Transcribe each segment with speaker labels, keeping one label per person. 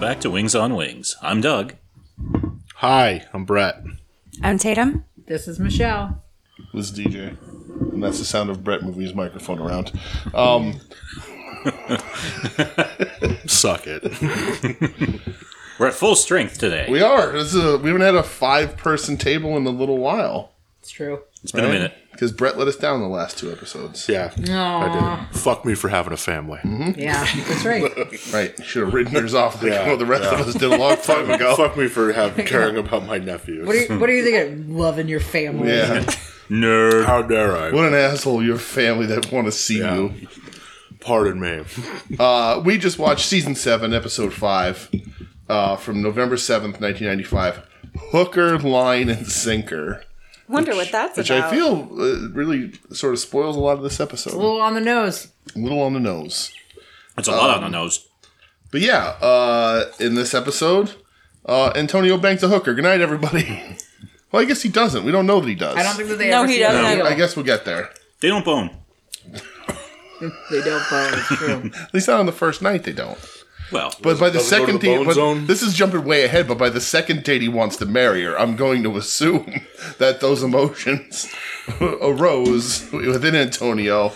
Speaker 1: back to Wings on Wings. I'm Doug.
Speaker 2: Hi, I'm Brett.
Speaker 3: I'm Tatum.
Speaker 4: This is Michelle.
Speaker 5: This is DJ. And that's the sound of Brett moving his microphone around. Um,
Speaker 2: Suck it.
Speaker 1: We're at full strength today.
Speaker 5: we are. This is a, we haven't had a five person table in a little while.
Speaker 4: It's true.
Speaker 1: it's been a minute.
Speaker 5: Because Brett let us down the last two episodes.
Speaker 2: Yeah,
Speaker 4: Aw.
Speaker 2: I did. Fuck me for having a family.
Speaker 4: Yeah, that's right.
Speaker 5: Right. Should have written hers off like
Speaker 2: Yeah,
Speaker 5: well, the rest of us did a long time ago.
Speaker 2: Fuck me for having caring about my nephews.
Speaker 4: What are you, what are you thinking? Loving your family.
Speaker 5: Yeah.
Speaker 1: Nerd.
Speaker 2: How dare I?
Speaker 5: What an asshole your family that want to see
Speaker 2: Yeah.
Speaker 5: you.
Speaker 2: Pardon me.
Speaker 5: Uh, we just watched season seven, episode five, uh, from November seventh, nineteen ninety-five. Hooker, line, and sinker,
Speaker 3: Wonder what that's
Speaker 5: which
Speaker 3: about.
Speaker 5: I feel uh, really sort of spoils a lot of this episode.
Speaker 4: A little on the nose.
Speaker 5: a little on the nose.
Speaker 1: That's
Speaker 5: Um,
Speaker 1: a lot on the nose.
Speaker 5: But yeah, uh, in this episode, uh, Antonio banks a hooker. Good night, everybody. well, I guess he doesn't. We don't know that he does.
Speaker 4: I don't think that they
Speaker 3: No,
Speaker 4: ever
Speaker 3: he
Speaker 4: see the
Speaker 3: doesn't.
Speaker 4: reveal.
Speaker 5: I guess we'll get there.
Speaker 1: They don't bone.
Speaker 4: they don't follow. It's true.
Speaker 5: At least not on the first night they don't.
Speaker 1: Well,
Speaker 5: But by the
Speaker 2: Doesn't go to
Speaker 5: second
Speaker 2: the
Speaker 5: date,
Speaker 2: bone
Speaker 5: but
Speaker 2: zone?
Speaker 5: this is jumping way ahead. But by the second date he wants to marry her, I'm going to assume that those emotions arose within Antonio,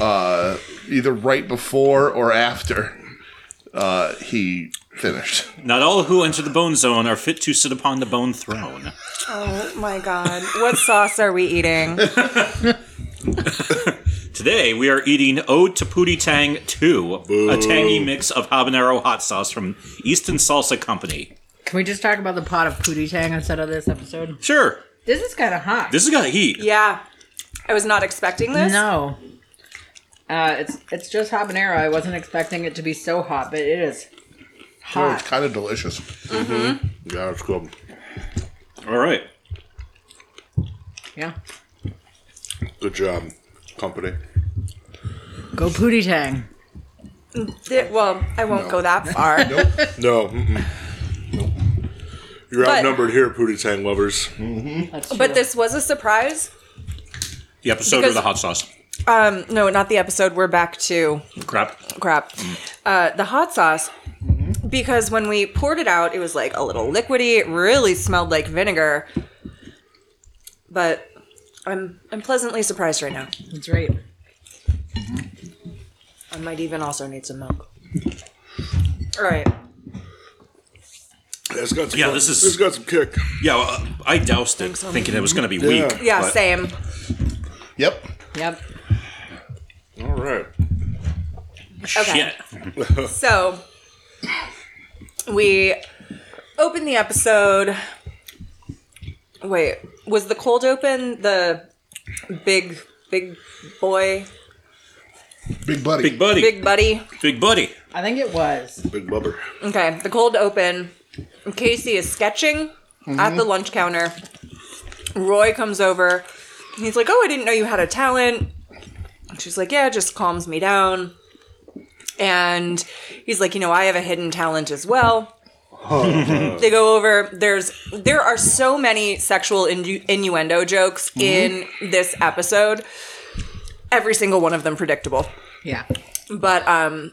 Speaker 5: uh, either right before or after uh, he finished.
Speaker 1: not all who enter the bone zone are fit to sit upon the bone throne.
Speaker 3: Oh my god. What sauce are we eating?
Speaker 1: Today we are eating Ode to Pootie Tang 2, a tangy mix of habanero hot sauce from Easton Salsa Company.
Speaker 4: Can we just talk about the pot of pootie tang instead of this episode?
Speaker 1: Sure,
Speaker 4: This is kind of hot.
Speaker 1: this has got heat.
Speaker 3: yeah. I was not expecting this.
Speaker 4: no. Uh, it's it's just habanero. I wasn't expecting it to be so hot, but it is
Speaker 5: Oh, it's
Speaker 4: hot.
Speaker 5: kind of delicious.
Speaker 4: Mm-hmm.
Speaker 2: Yeah, it's cool.
Speaker 1: All right.
Speaker 4: Yeah.
Speaker 2: Good job, company.
Speaker 4: Go pootie tang.
Speaker 3: Th- well, I won't go that far.
Speaker 2: No. Mm-mm. You're
Speaker 3: But-
Speaker 2: outnumbered here, Pootie Tang lovers.
Speaker 4: That's true.
Speaker 3: But this was a surprise.
Speaker 1: The episode
Speaker 3: Because-
Speaker 1: of the hot sauce.
Speaker 3: Um, no, not the episode. We're back to
Speaker 1: Crap.
Speaker 3: crap.
Speaker 5: Mm.
Speaker 3: Uh, the hot sauce.
Speaker 5: Mm-hmm.
Speaker 3: Because when we poured it out, it was like a little liquidy. It really smelled like vinegar. But I'm I'm pleasantly surprised right now.
Speaker 4: That's right.
Speaker 3: I might even also need some milk. All right.
Speaker 2: Yeah, it's got some,
Speaker 1: Yeah, this is-
Speaker 2: It's got some kick.
Speaker 1: Yeah, well, I doused it
Speaker 3: so.
Speaker 1: thinking it was going to be
Speaker 2: Yeah.
Speaker 1: weak.
Speaker 3: Yeah,
Speaker 1: but-
Speaker 3: same.
Speaker 5: Yep.
Speaker 4: Yep.
Speaker 2: All right.
Speaker 1: Shit.
Speaker 3: So we open the episode. Wait, was the cold open the big big boy,
Speaker 5: Big buddy.
Speaker 1: Big buddy.
Speaker 3: big buddy?
Speaker 1: Big buddy.
Speaker 4: I think it was.
Speaker 2: Big bubber.
Speaker 3: Okay, the cold open. Casey is sketching at the lunch counter. Roy comes over. He's like, "Oh, I didn't know you had a talent." She's like, "Yeah, it just calms me down." And he's like, "You know, I have a hidden talent as well." they go over. There's there are so many sexual innu- innuendo jokes in this episode. Every single one of them predictable
Speaker 4: Yeah.
Speaker 3: but um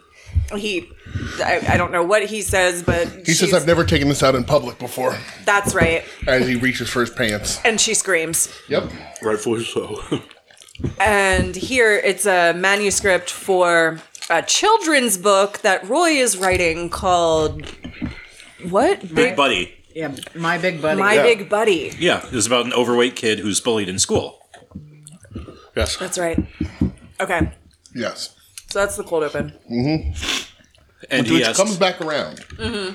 Speaker 3: he I, I don't know what he says but
Speaker 5: he says, "I've never taken this out in public before."
Speaker 3: that's right
Speaker 5: As he reaches for his pants.
Speaker 3: and she screams
Speaker 5: Yep.
Speaker 2: Rightfully so.
Speaker 3: and here it's a manuscript for a children's book that roy is writing called what
Speaker 1: Big buddy.
Speaker 4: Yeah. My big buddy.
Speaker 3: my big buddy
Speaker 1: Yeah, it was about an overweight kid who's bullied in school.
Speaker 2: yes.
Speaker 3: that's right okay
Speaker 5: Yes.
Speaker 3: so that's the cold open
Speaker 1: And
Speaker 5: Which
Speaker 1: he asks,
Speaker 5: comes back around,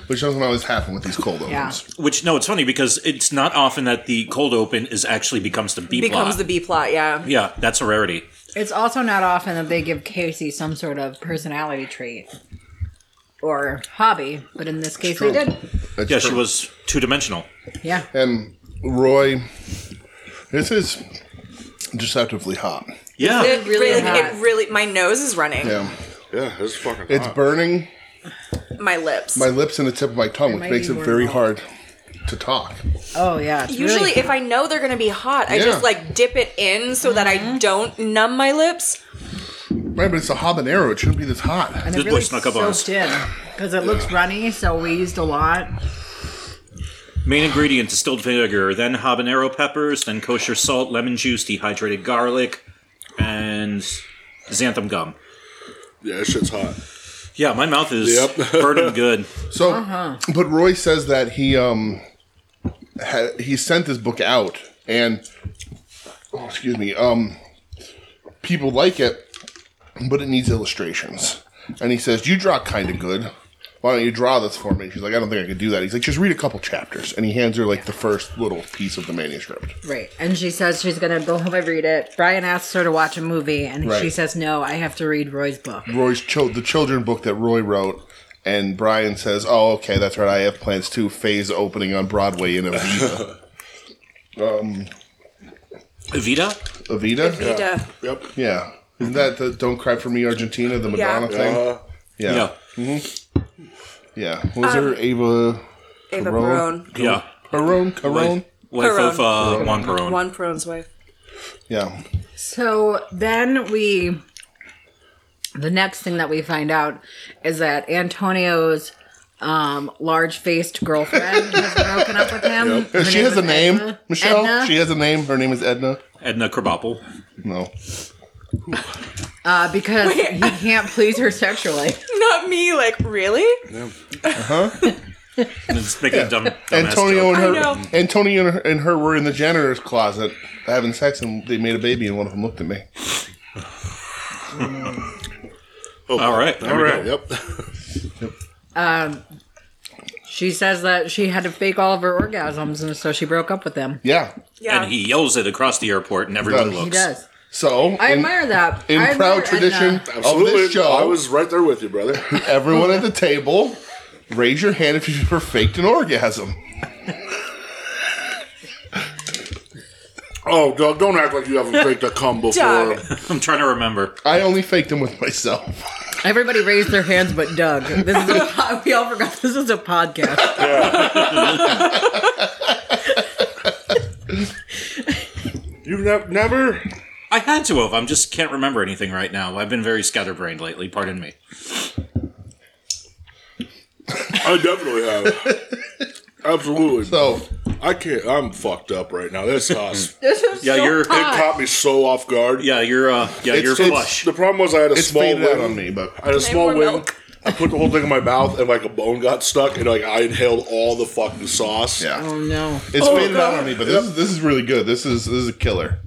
Speaker 5: which doesn't always happen with these cold opens.
Speaker 4: Mm-hmm. Yeah.
Speaker 1: which no, it's funny because it's not often that the cold open is actually becomes the B
Speaker 3: becomes
Speaker 1: plot.
Speaker 3: the b plot yeah
Speaker 1: yeah, that's a rarity.
Speaker 4: It's also not often that they give Casey some sort of personality trait or hobby, but in this case
Speaker 5: True.
Speaker 4: they did.
Speaker 5: That's
Speaker 1: Yeah, she
Speaker 5: true.
Speaker 1: was two dimensional.
Speaker 4: Yeah.
Speaker 5: And Roy, this is deceptively hot.
Speaker 1: Yeah,
Speaker 3: it
Speaker 4: really
Speaker 3: really,
Speaker 4: hot.
Speaker 3: it really my nose is running
Speaker 5: Yeah.
Speaker 2: Yeah, it's fucking
Speaker 5: It's
Speaker 2: hot.
Speaker 5: burning
Speaker 3: my lips
Speaker 5: my lips and the tip of my tongue, which
Speaker 4: might
Speaker 5: makes
Speaker 4: be
Speaker 5: it
Speaker 4: more
Speaker 5: very
Speaker 4: hot.
Speaker 5: hard to talk.
Speaker 4: Oh yeah. It's
Speaker 3: Usually,
Speaker 4: really-
Speaker 3: if I know they're gonna be hot, I
Speaker 5: Yeah.
Speaker 3: just like dip it in so that I don't numb my lips.
Speaker 5: But Right, but it's a habanero. It shouldn't be this hot.
Speaker 4: And
Speaker 1: This
Speaker 4: it
Speaker 1: boy
Speaker 4: really
Speaker 1: snuck up on us.
Speaker 4: soaked in because it looks runny, so we used a lot.
Speaker 1: Main ingredient distilled vinegar, then habanero peppers, then kosher salt, lemon juice, dehydrated garlic, and xanthan gum.
Speaker 2: Yeah, that shit's hot.
Speaker 1: Yeah, my mouth is
Speaker 2: Yep.
Speaker 1: burning good.
Speaker 5: So, but Roy says that he um ha, he sent this book out, and oh, excuse me, um, people like it, but it needs illustrations. And he says, "You draw kind of good. Why don't you draw this for me?" She's like, "I don't think I could do that." He's like, "Just read a couple chapters," and he hands her like the first little piece of the manuscript.
Speaker 4: Right. And she says she's going to go home and read it. Brian asks her to watch a movie, and she
Speaker 5: Right.
Speaker 4: says, no, I have to read Roy's book.
Speaker 5: Roy's chil- the children book that Roy wrote. And Brian says, "Oh, okay, that's right. I have plans too. Phase opening on Broadway in Avita.
Speaker 1: Evita?
Speaker 5: Avita,
Speaker 3: Need to-
Speaker 2: Yep.
Speaker 5: Yeah. Isn't that the Don't Cry for Me Argentina, the Madonna
Speaker 3: Yeah.
Speaker 5: thing?
Speaker 2: Uh,
Speaker 5: Yeah.
Speaker 1: Yeah.
Speaker 5: Yeah. What was
Speaker 4: Um,
Speaker 5: her Ava
Speaker 3: Ava
Speaker 5: Perone?
Speaker 3: Perone.
Speaker 1: Yeah.
Speaker 5: Perone? Carone?
Speaker 1: Wife of
Speaker 3: Perone.
Speaker 1: uh, Juan Perón.
Speaker 3: Juan Perone's wife.
Speaker 5: Yeah.
Speaker 4: So then we. The next thing that we find out is that Antonio's um, large faced girlfriend has broken up with him. Her
Speaker 5: she
Speaker 4: name
Speaker 5: has
Speaker 4: is
Speaker 5: a name,
Speaker 4: Edna-
Speaker 5: Michelle.
Speaker 4: Edna.
Speaker 5: She has a name. Her name is Edna.
Speaker 1: Edna Krabappel.
Speaker 5: No.
Speaker 4: Uh, because he can't please her sexually.
Speaker 3: Not me, like, really?
Speaker 1: It's making a dumb, dumbass
Speaker 5: Antonio
Speaker 1: joke.
Speaker 5: and
Speaker 3: I know.
Speaker 5: her. Antonio and her, and her were in the janitor's closet having sex, and they made a baby, and one of them looked at me.
Speaker 1: All right. there
Speaker 2: all
Speaker 1: we
Speaker 2: right.
Speaker 1: go.
Speaker 2: Yep.
Speaker 4: She says that she had to fake all of her orgasms, and so she broke up with him.
Speaker 5: Yeah.
Speaker 3: Yeah.
Speaker 1: And he yells it across the airport, and everyone
Speaker 5: Does.
Speaker 1: looks.
Speaker 4: He does.
Speaker 5: So
Speaker 4: I
Speaker 5: in-
Speaker 4: admire that.
Speaker 5: In
Speaker 4: I admire
Speaker 5: proud
Speaker 4: Edna.
Speaker 5: tradition
Speaker 2: Absolutely.
Speaker 5: of this show,
Speaker 2: I was right there with you, brother.
Speaker 5: everyone at the table, raise your hand if you've ever faked an orgasm.
Speaker 2: oh, Doug, don't act like you haven't faked a cum before.
Speaker 3: Doug.
Speaker 1: I'm trying to remember.
Speaker 5: I only faked them with myself.
Speaker 4: Everybody raised their hands, but Doug. This is a, po- we all forgot this is a podcast.
Speaker 2: You've ne- never.
Speaker 1: I had to have. I am just can't remember anything right now. I've been very scatterbrained lately. Pardon me.
Speaker 2: I definitely have. Absolutely.
Speaker 5: So
Speaker 2: I can't. I'm fucked up right now. This us. it
Speaker 4: This is
Speaker 1: Yeah,
Speaker 4: so
Speaker 1: you're-
Speaker 4: hot.
Speaker 2: caught me so off guard.
Speaker 1: Yeah, you're. Uh, yeah,
Speaker 5: It's-
Speaker 1: you're
Speaker 5: it's-
Speaker 1: flush.
Speaker 2: The problem was I had a
Speaker 5: it's
Speaker 2: small
Speaker 5: faded
Speaker 2: wing
Speaker 5: out on me, but
Speaker 2: I had a small
Speaker 3: more
Speaker 2: wing.
Speaker 3: milk.
Speaker 2: I put the whole thing in my mouth, and like a bone got stuck, and like I inhaled all the fucking sauce.
Speaker 5: yeah,
Speaker 4: Oh no.
Speaker 5: it's faded out
Speaker 2: God.
Speaker 5: on me. But this is this is really good. This is this is a killer.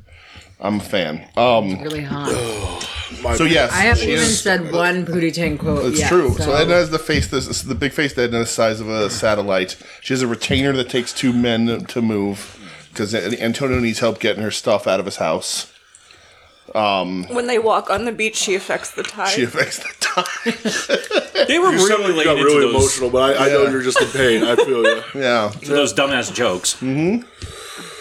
Speaker 5: I'm a fan. Um.
Speaker 4: Really hot.
Speaker 2: My-
Speaker 5: So yes,
Speaker 4: I haven't
Speaker 5: she
Speaker 4: even
Speaker 5: is-
Speaker 4: said one Pootie Tang quote.
Speaker 5: It's
Speaker 4: yet,
Speaker 5: true. So, Edna has the face, this, this- the big face that Edna is the size of a satellite. She has a retainer that takes two men to move because Antonio needs help getting her stuff out of his house.
Speaker 3: When they walk on the beach, she affects the tide.
Speaker 5: She affects the time.
Speaker 1: They were
Speaker 2: You sound
Speaker 1: really
Speaker 2: like you
Speaker 1: laying
Speaker 2: got
Speaker 1: into
Speaker 2: really
Speaker 1: those,
Speaker 2: emotional, but I, I know
Speaker 5: Yeah.
Speaker 2: you're just in pain. I feel you.
Speaker 5: yeah.
Speaker 1: those dumbass jokes.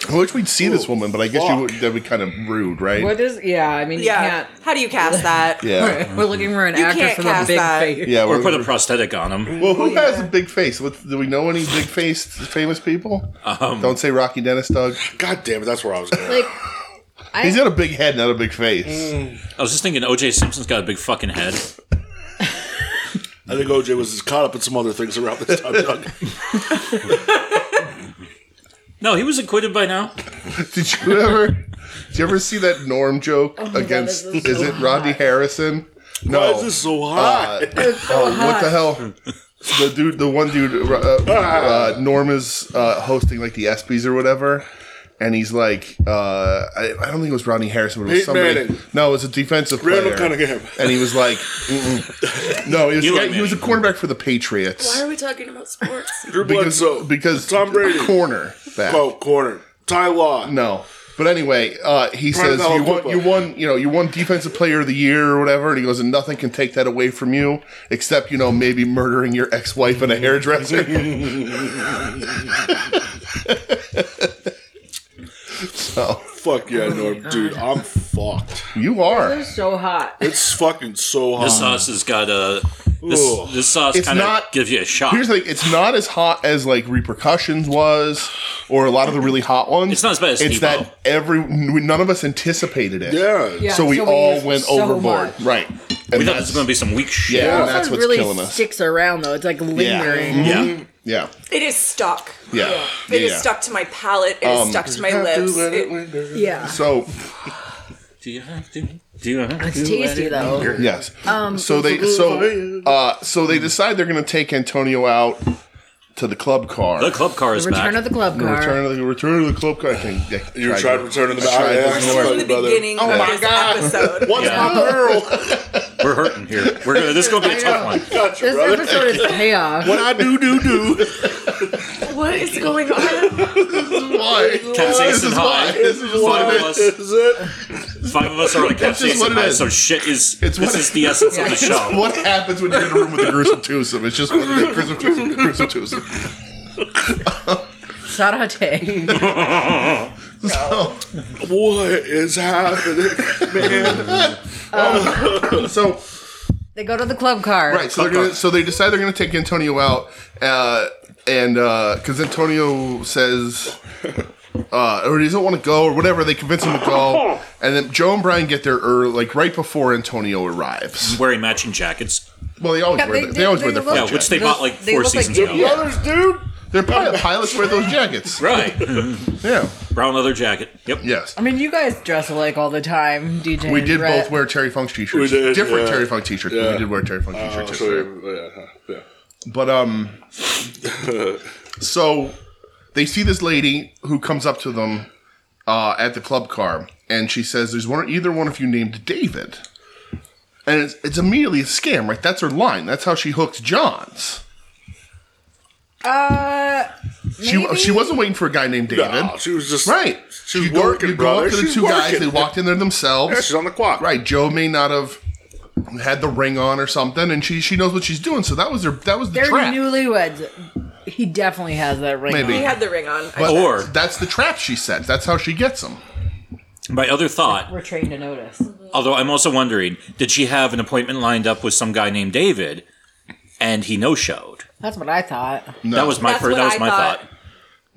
Speaker 5: I wish we'd see this woman, but I guess you
Speaker 2: fuck.
Speaker 5: would, that'd be kind of rude, right?
Speaker 4: What is? Yeah, I mean,
Speaker 3: yeah.
Speaker 4: you
Speaker 3: How do you cast that?
Speaker 5: Yeah.
Speaker 4: can't. We're looking for an
Speaker 3: You
Speaker 4: actress
Speaker 3: can't
Speaker 4: with a
Speaker 3: cast
Speaker 4: big
Speaker 3: that.
Speaker 4: face.
Speaker 5: Yeah.
Speaker 1: Or
Speaker 5: we're-
Speaker 1: put a prosthetic on them.
Speaker 5: Well, who has a big face? What, do we know any big faced famous people?
Speaker 1: Um,
Speaker 5: Don't say Rocky Dennis, Doug.
Speaker 2: God damn it, that's where I was going.
Speaker 4: Like,
Speaker 5: He's got a big head, not a big face.
Speaker 2: Mm.
Speaker 1: I was just thinking OJ Simpson's got a big fucking head.
Speaker 2: I think OJ was caught up in some other things around this time, Doug.
Speaker 1: No, he was acquitted by now.
Speaker 5: Did you ever? did you ever see that Norm joke
Speaker 2: Oh
Speaker 5: against?
Speaker 4: God, this
Speaker 5: is
Speaker 4: is so
Speaker 5: it Rodney Harrison? No.
Speaker 2: Why is this so
Speaker 5: Uh,
Speaker 2: hot?
Speaker 5: oh, what the hell? The dude, the one dude, uh,
Speaker 2: Ah.
Speaker 5: uh, Norm is uh, hosting like the ESPYS or whatever, and he's like, uh, I, I don't think it was Rodney Harrison, but it was
Speaker 2: Peyton
Speaker 5: somebody.
Speaker 2: Manning.
Speaker 5: No, it was a defensive
Speaker 2: Randall
Speaker 5: player.
Speaker 2: Cunningham.
Speaker 5: And he was like, Mm-mm. no, he was,
Speaker 1: Eli
Speaker 5: yeah, he was a cornerback for the Patriots
Speaker 3: Why are we talking about sports?
Speaker 2: Drew
Speaker 5: because
Speaker 2: Bledsoe.
Speaker 5: because
Speaker 2: Tom Brady.
Speaker 5: corner back.
Speaker 2: Oh, corner. Ty Law.
Speaker 5: No. But anyway, uh, he says
Speaker 2: Valor
Speaker 5: you won,
Speaker 2: Cooper.
Speaker 5: you won, you know, you won defensive player of the year or whatever, and he goes, and nothing can take that away from you, except you know maybe murdering your ex-wife in a hairdresser. so
Speaker 2: Fuck yeah, Norm. Dude, I'm fucked.
Speaker 5: you are.
Speaker 4: This is so hot.
Speaker 2: It's fucking so
Speaker 1: This
Speaker 2: hot.
Speaker 1: sauce has got a. This,
Speaker 2: Ooh.
Speaker 1: this sauce
Speaker 5: It's
Speaker 1: kind of
Speaker 5: not-
Speaker 1: gives you a shock.
Speaker 5: Here's the thing: it's not as hot as like repercussions was, or a lot of the really hot ones.
Speaker 1: It's not as bad as
Speaker 5: It's
Speaker 1: Steve-O.
Speaker 5: that every none of us anticipated it.
Speaker 2: Yeah.
Speaker 4: Yeah,
Speaker 5: so we
Speaker 4: so we
Speaker 5: all
Speaker 4: used
Speaker 5: went
Speaker 4: so
Speaker 5: overboard.
Speaker 4: much.
Speaker 5: Right.
Speaker 1: We
Speaker 5: And
Speaker 1: thought this
Speaker 5: that's-
Speaker 1: was going to be some weak shit.
Speaker 5: Yeah.
Speaker 4: also
Speaker 5: that's what's
Speaker 4: really
Speaker 5: killing us.
Speaker 4: sticks around though. It's like lingering.
Speaker 5: Mm-hmm.
Speaker 1: Yeah.
Speaker 5: yeah,
Speaker 3: It is stuck.
Speaker 5: yeah,
Speaker 3: It is
Speaker 5: yeah. Um,
Speaker 3: stuck to my palate. It is stuck to my lips. It-
Speaker 5: Mm-hmm.
Speaker 4: Yeah.
Speaker 5: So
Speaker 1: Do you have to? Do you have
Speaker 4: It's tasty though.
Speaker 5: Yes. so they so uh, so they decide they're going to take Antonio out to the club car.
Speaker 1: The club car is
Speaker 4: Return
Speaker 1: back.
Speaker 4: of the club car.
Speaker 5: return of the return of the club car. I think yeah,
Speaker 2: You
Speaker 5: I
Speaker 2: tried
Speaker 5: do.
Speaker 2: returning the
Speaker 5: I tried,
Speaker 2: back.
Speaker 5: doesn't
Speaker 2: Yeah.
Speaker 5: work.
Speaker 3: from the
Speaker 2: Brother.
Speaker 3: beginning
Speaker 5: Oh
Speaker 3: of
Speaker 5: my
Speaker 3: this
Speaker 5: God.
Speaker 3: episode.
Speaker 2: What's
Speaker 1: Yeah.
Speaker 2: my girl?
Speaker 1: We're hurting here. We're gonna, this is going to be a tough one.
Speaker 2: Gotcha,
Speaker 4: This
Speaker 2: brother.
Speaker 4: episode is payoff.
Speaker 5: What I do do do.
Speaker 3: What is going on?
Speaker 5: Why? This
Speaker 1: Capsaicin
Speaker 5: is why.
Speaker 1: high.
Speaker 5: This is
Speaker 1: Five
Speaker 5: what
Speaker 1: of
Speaker 5: it is.
Speaker 1: us.
Speaker 2: Is it?
Speaker 1: Five of us are on a
Speaker 5: That's just
Speaker 1: capsaicin
Speaker 5: what it
Speaker 1: high.
Speaker 5: is.
Speaker 1: So shit is.
Speaker 5: It's
Speaker 1: this
Speaker 5: what-
Speaker 1: is the essence of the show.
Speaker 5: What happens when you're in a room with a gruesome twosome? It's just what it is. gruesome twosome, gruesome twosome.
Speaker 4: Sarate.
Speaker 2: What is happening?
Speaker 5: So
Speaker 4: They go to the club car.
Speaker 5: Right. So, they're gonna, so they decide they're going to take Antonio out, uh, and because Antonio says, uh, or he doesn't want to go, or whatever, they convince him to go, and then Joe and Brian get there early, like right before Antonio arrives.
Speaker 1: Wearing matching jackets.
Speaker 5: Well, they always
Speaker 4: Yeah,
Speaker 5: wear
Speaker 4: they
Speaker 5: they,
Speaker 4: do-
Speaker 5: they always
Speaker 4: they
Speaker 5: wear their
Speaker 4: look-
Speaker 5: flak
Speaker 1: Yeah, which they
Speaker 5: jackets.
Speaker 1: bought like
Speaker 4: They
Speaker 1: four
Speaker 4: look like
Speaker 1: seasons
Speaker 4: dude.
Speaker 1: ago.
Speaker 2: Brothers, dude.
Speaker 5: They're pilot, pilots wear those jackets.
Speaker 1: Right.
Speaker 5: Yeah.
Speaker 1: Brown leather jacket. Yep.
Speaker 5: Yes.
Speaker 4: I mean, you guys dress alike all the time, DJ.
Speaker 5: We
Speaker 4: and
Speaker 5: did
Speaker 4: Brett.
Speaker 5: both wear Terry Funk's t-shirts.
Speaker 2: We did,
Speaker 5: Different
Speaker 2: yeah.
Speaker 5: Terry Funk t-shirts. but
Speaker 2: Yeah.
Speaker 5: We did wear Terry Funk t-shirts.
Speaker 2: Oh,
Speaker 5: yesterday.
Speaker 2: so, yeah, yeah.
Speaker 5: But um, so they see this lady who comes up to them uh, at the club car, and she says, "There's one, either one of you named David," and it's, it's immediately a scam, right? That's her line. That's how she hooked Johns.
Speaker 4: Uh,
Speaker 5: She she wasn't waiting for a guy named David.
Speaker 2: No, she was just
Speaker 5: right.
Speaker 2: She was
Speaker 5: You go-
Speaker 2: working,
Speaker 5: You go
Speaker 2: brother.
Speaker 5: up to the
Speaker 2: she's
Speaker 5: two
Speaker 2: working.
Speaker 5: guys. They walked in there themselves.
Speaker 2: Yeah, she's on the clock.
Speaker 5: Right. Joe may not have had the ring on or something, and she she knows what she's doing. So that was her. That was the
Speaker 4: They're
Speaker 5: trap.
Speaker 4: newlyweds. He definitely has that ring.
Speaker 5: Maybe.
Speaker 4: on.
Speaker 3: He had the ring on. I
Speaker 5: But
Speaker 1: Or-
Speaker 5: that's the trap she sets. That's how she gets them.
Speaker 1: My other thought
Speaker 4: We're trained to notice.
Speaker 1: Although I'm also wondering, did she have an appointment lined up with some guy named David, and he no showed?
Speaker 4: That's what I thought.
Speaker 5: No.
Speaker 1: That was my
Speaker 3: That's
Speaker 1: per-
Speaker 3: what
Speaker 1: that was
Speaker 3: I
Speaker 1: my thought.
Speaker 3: thought.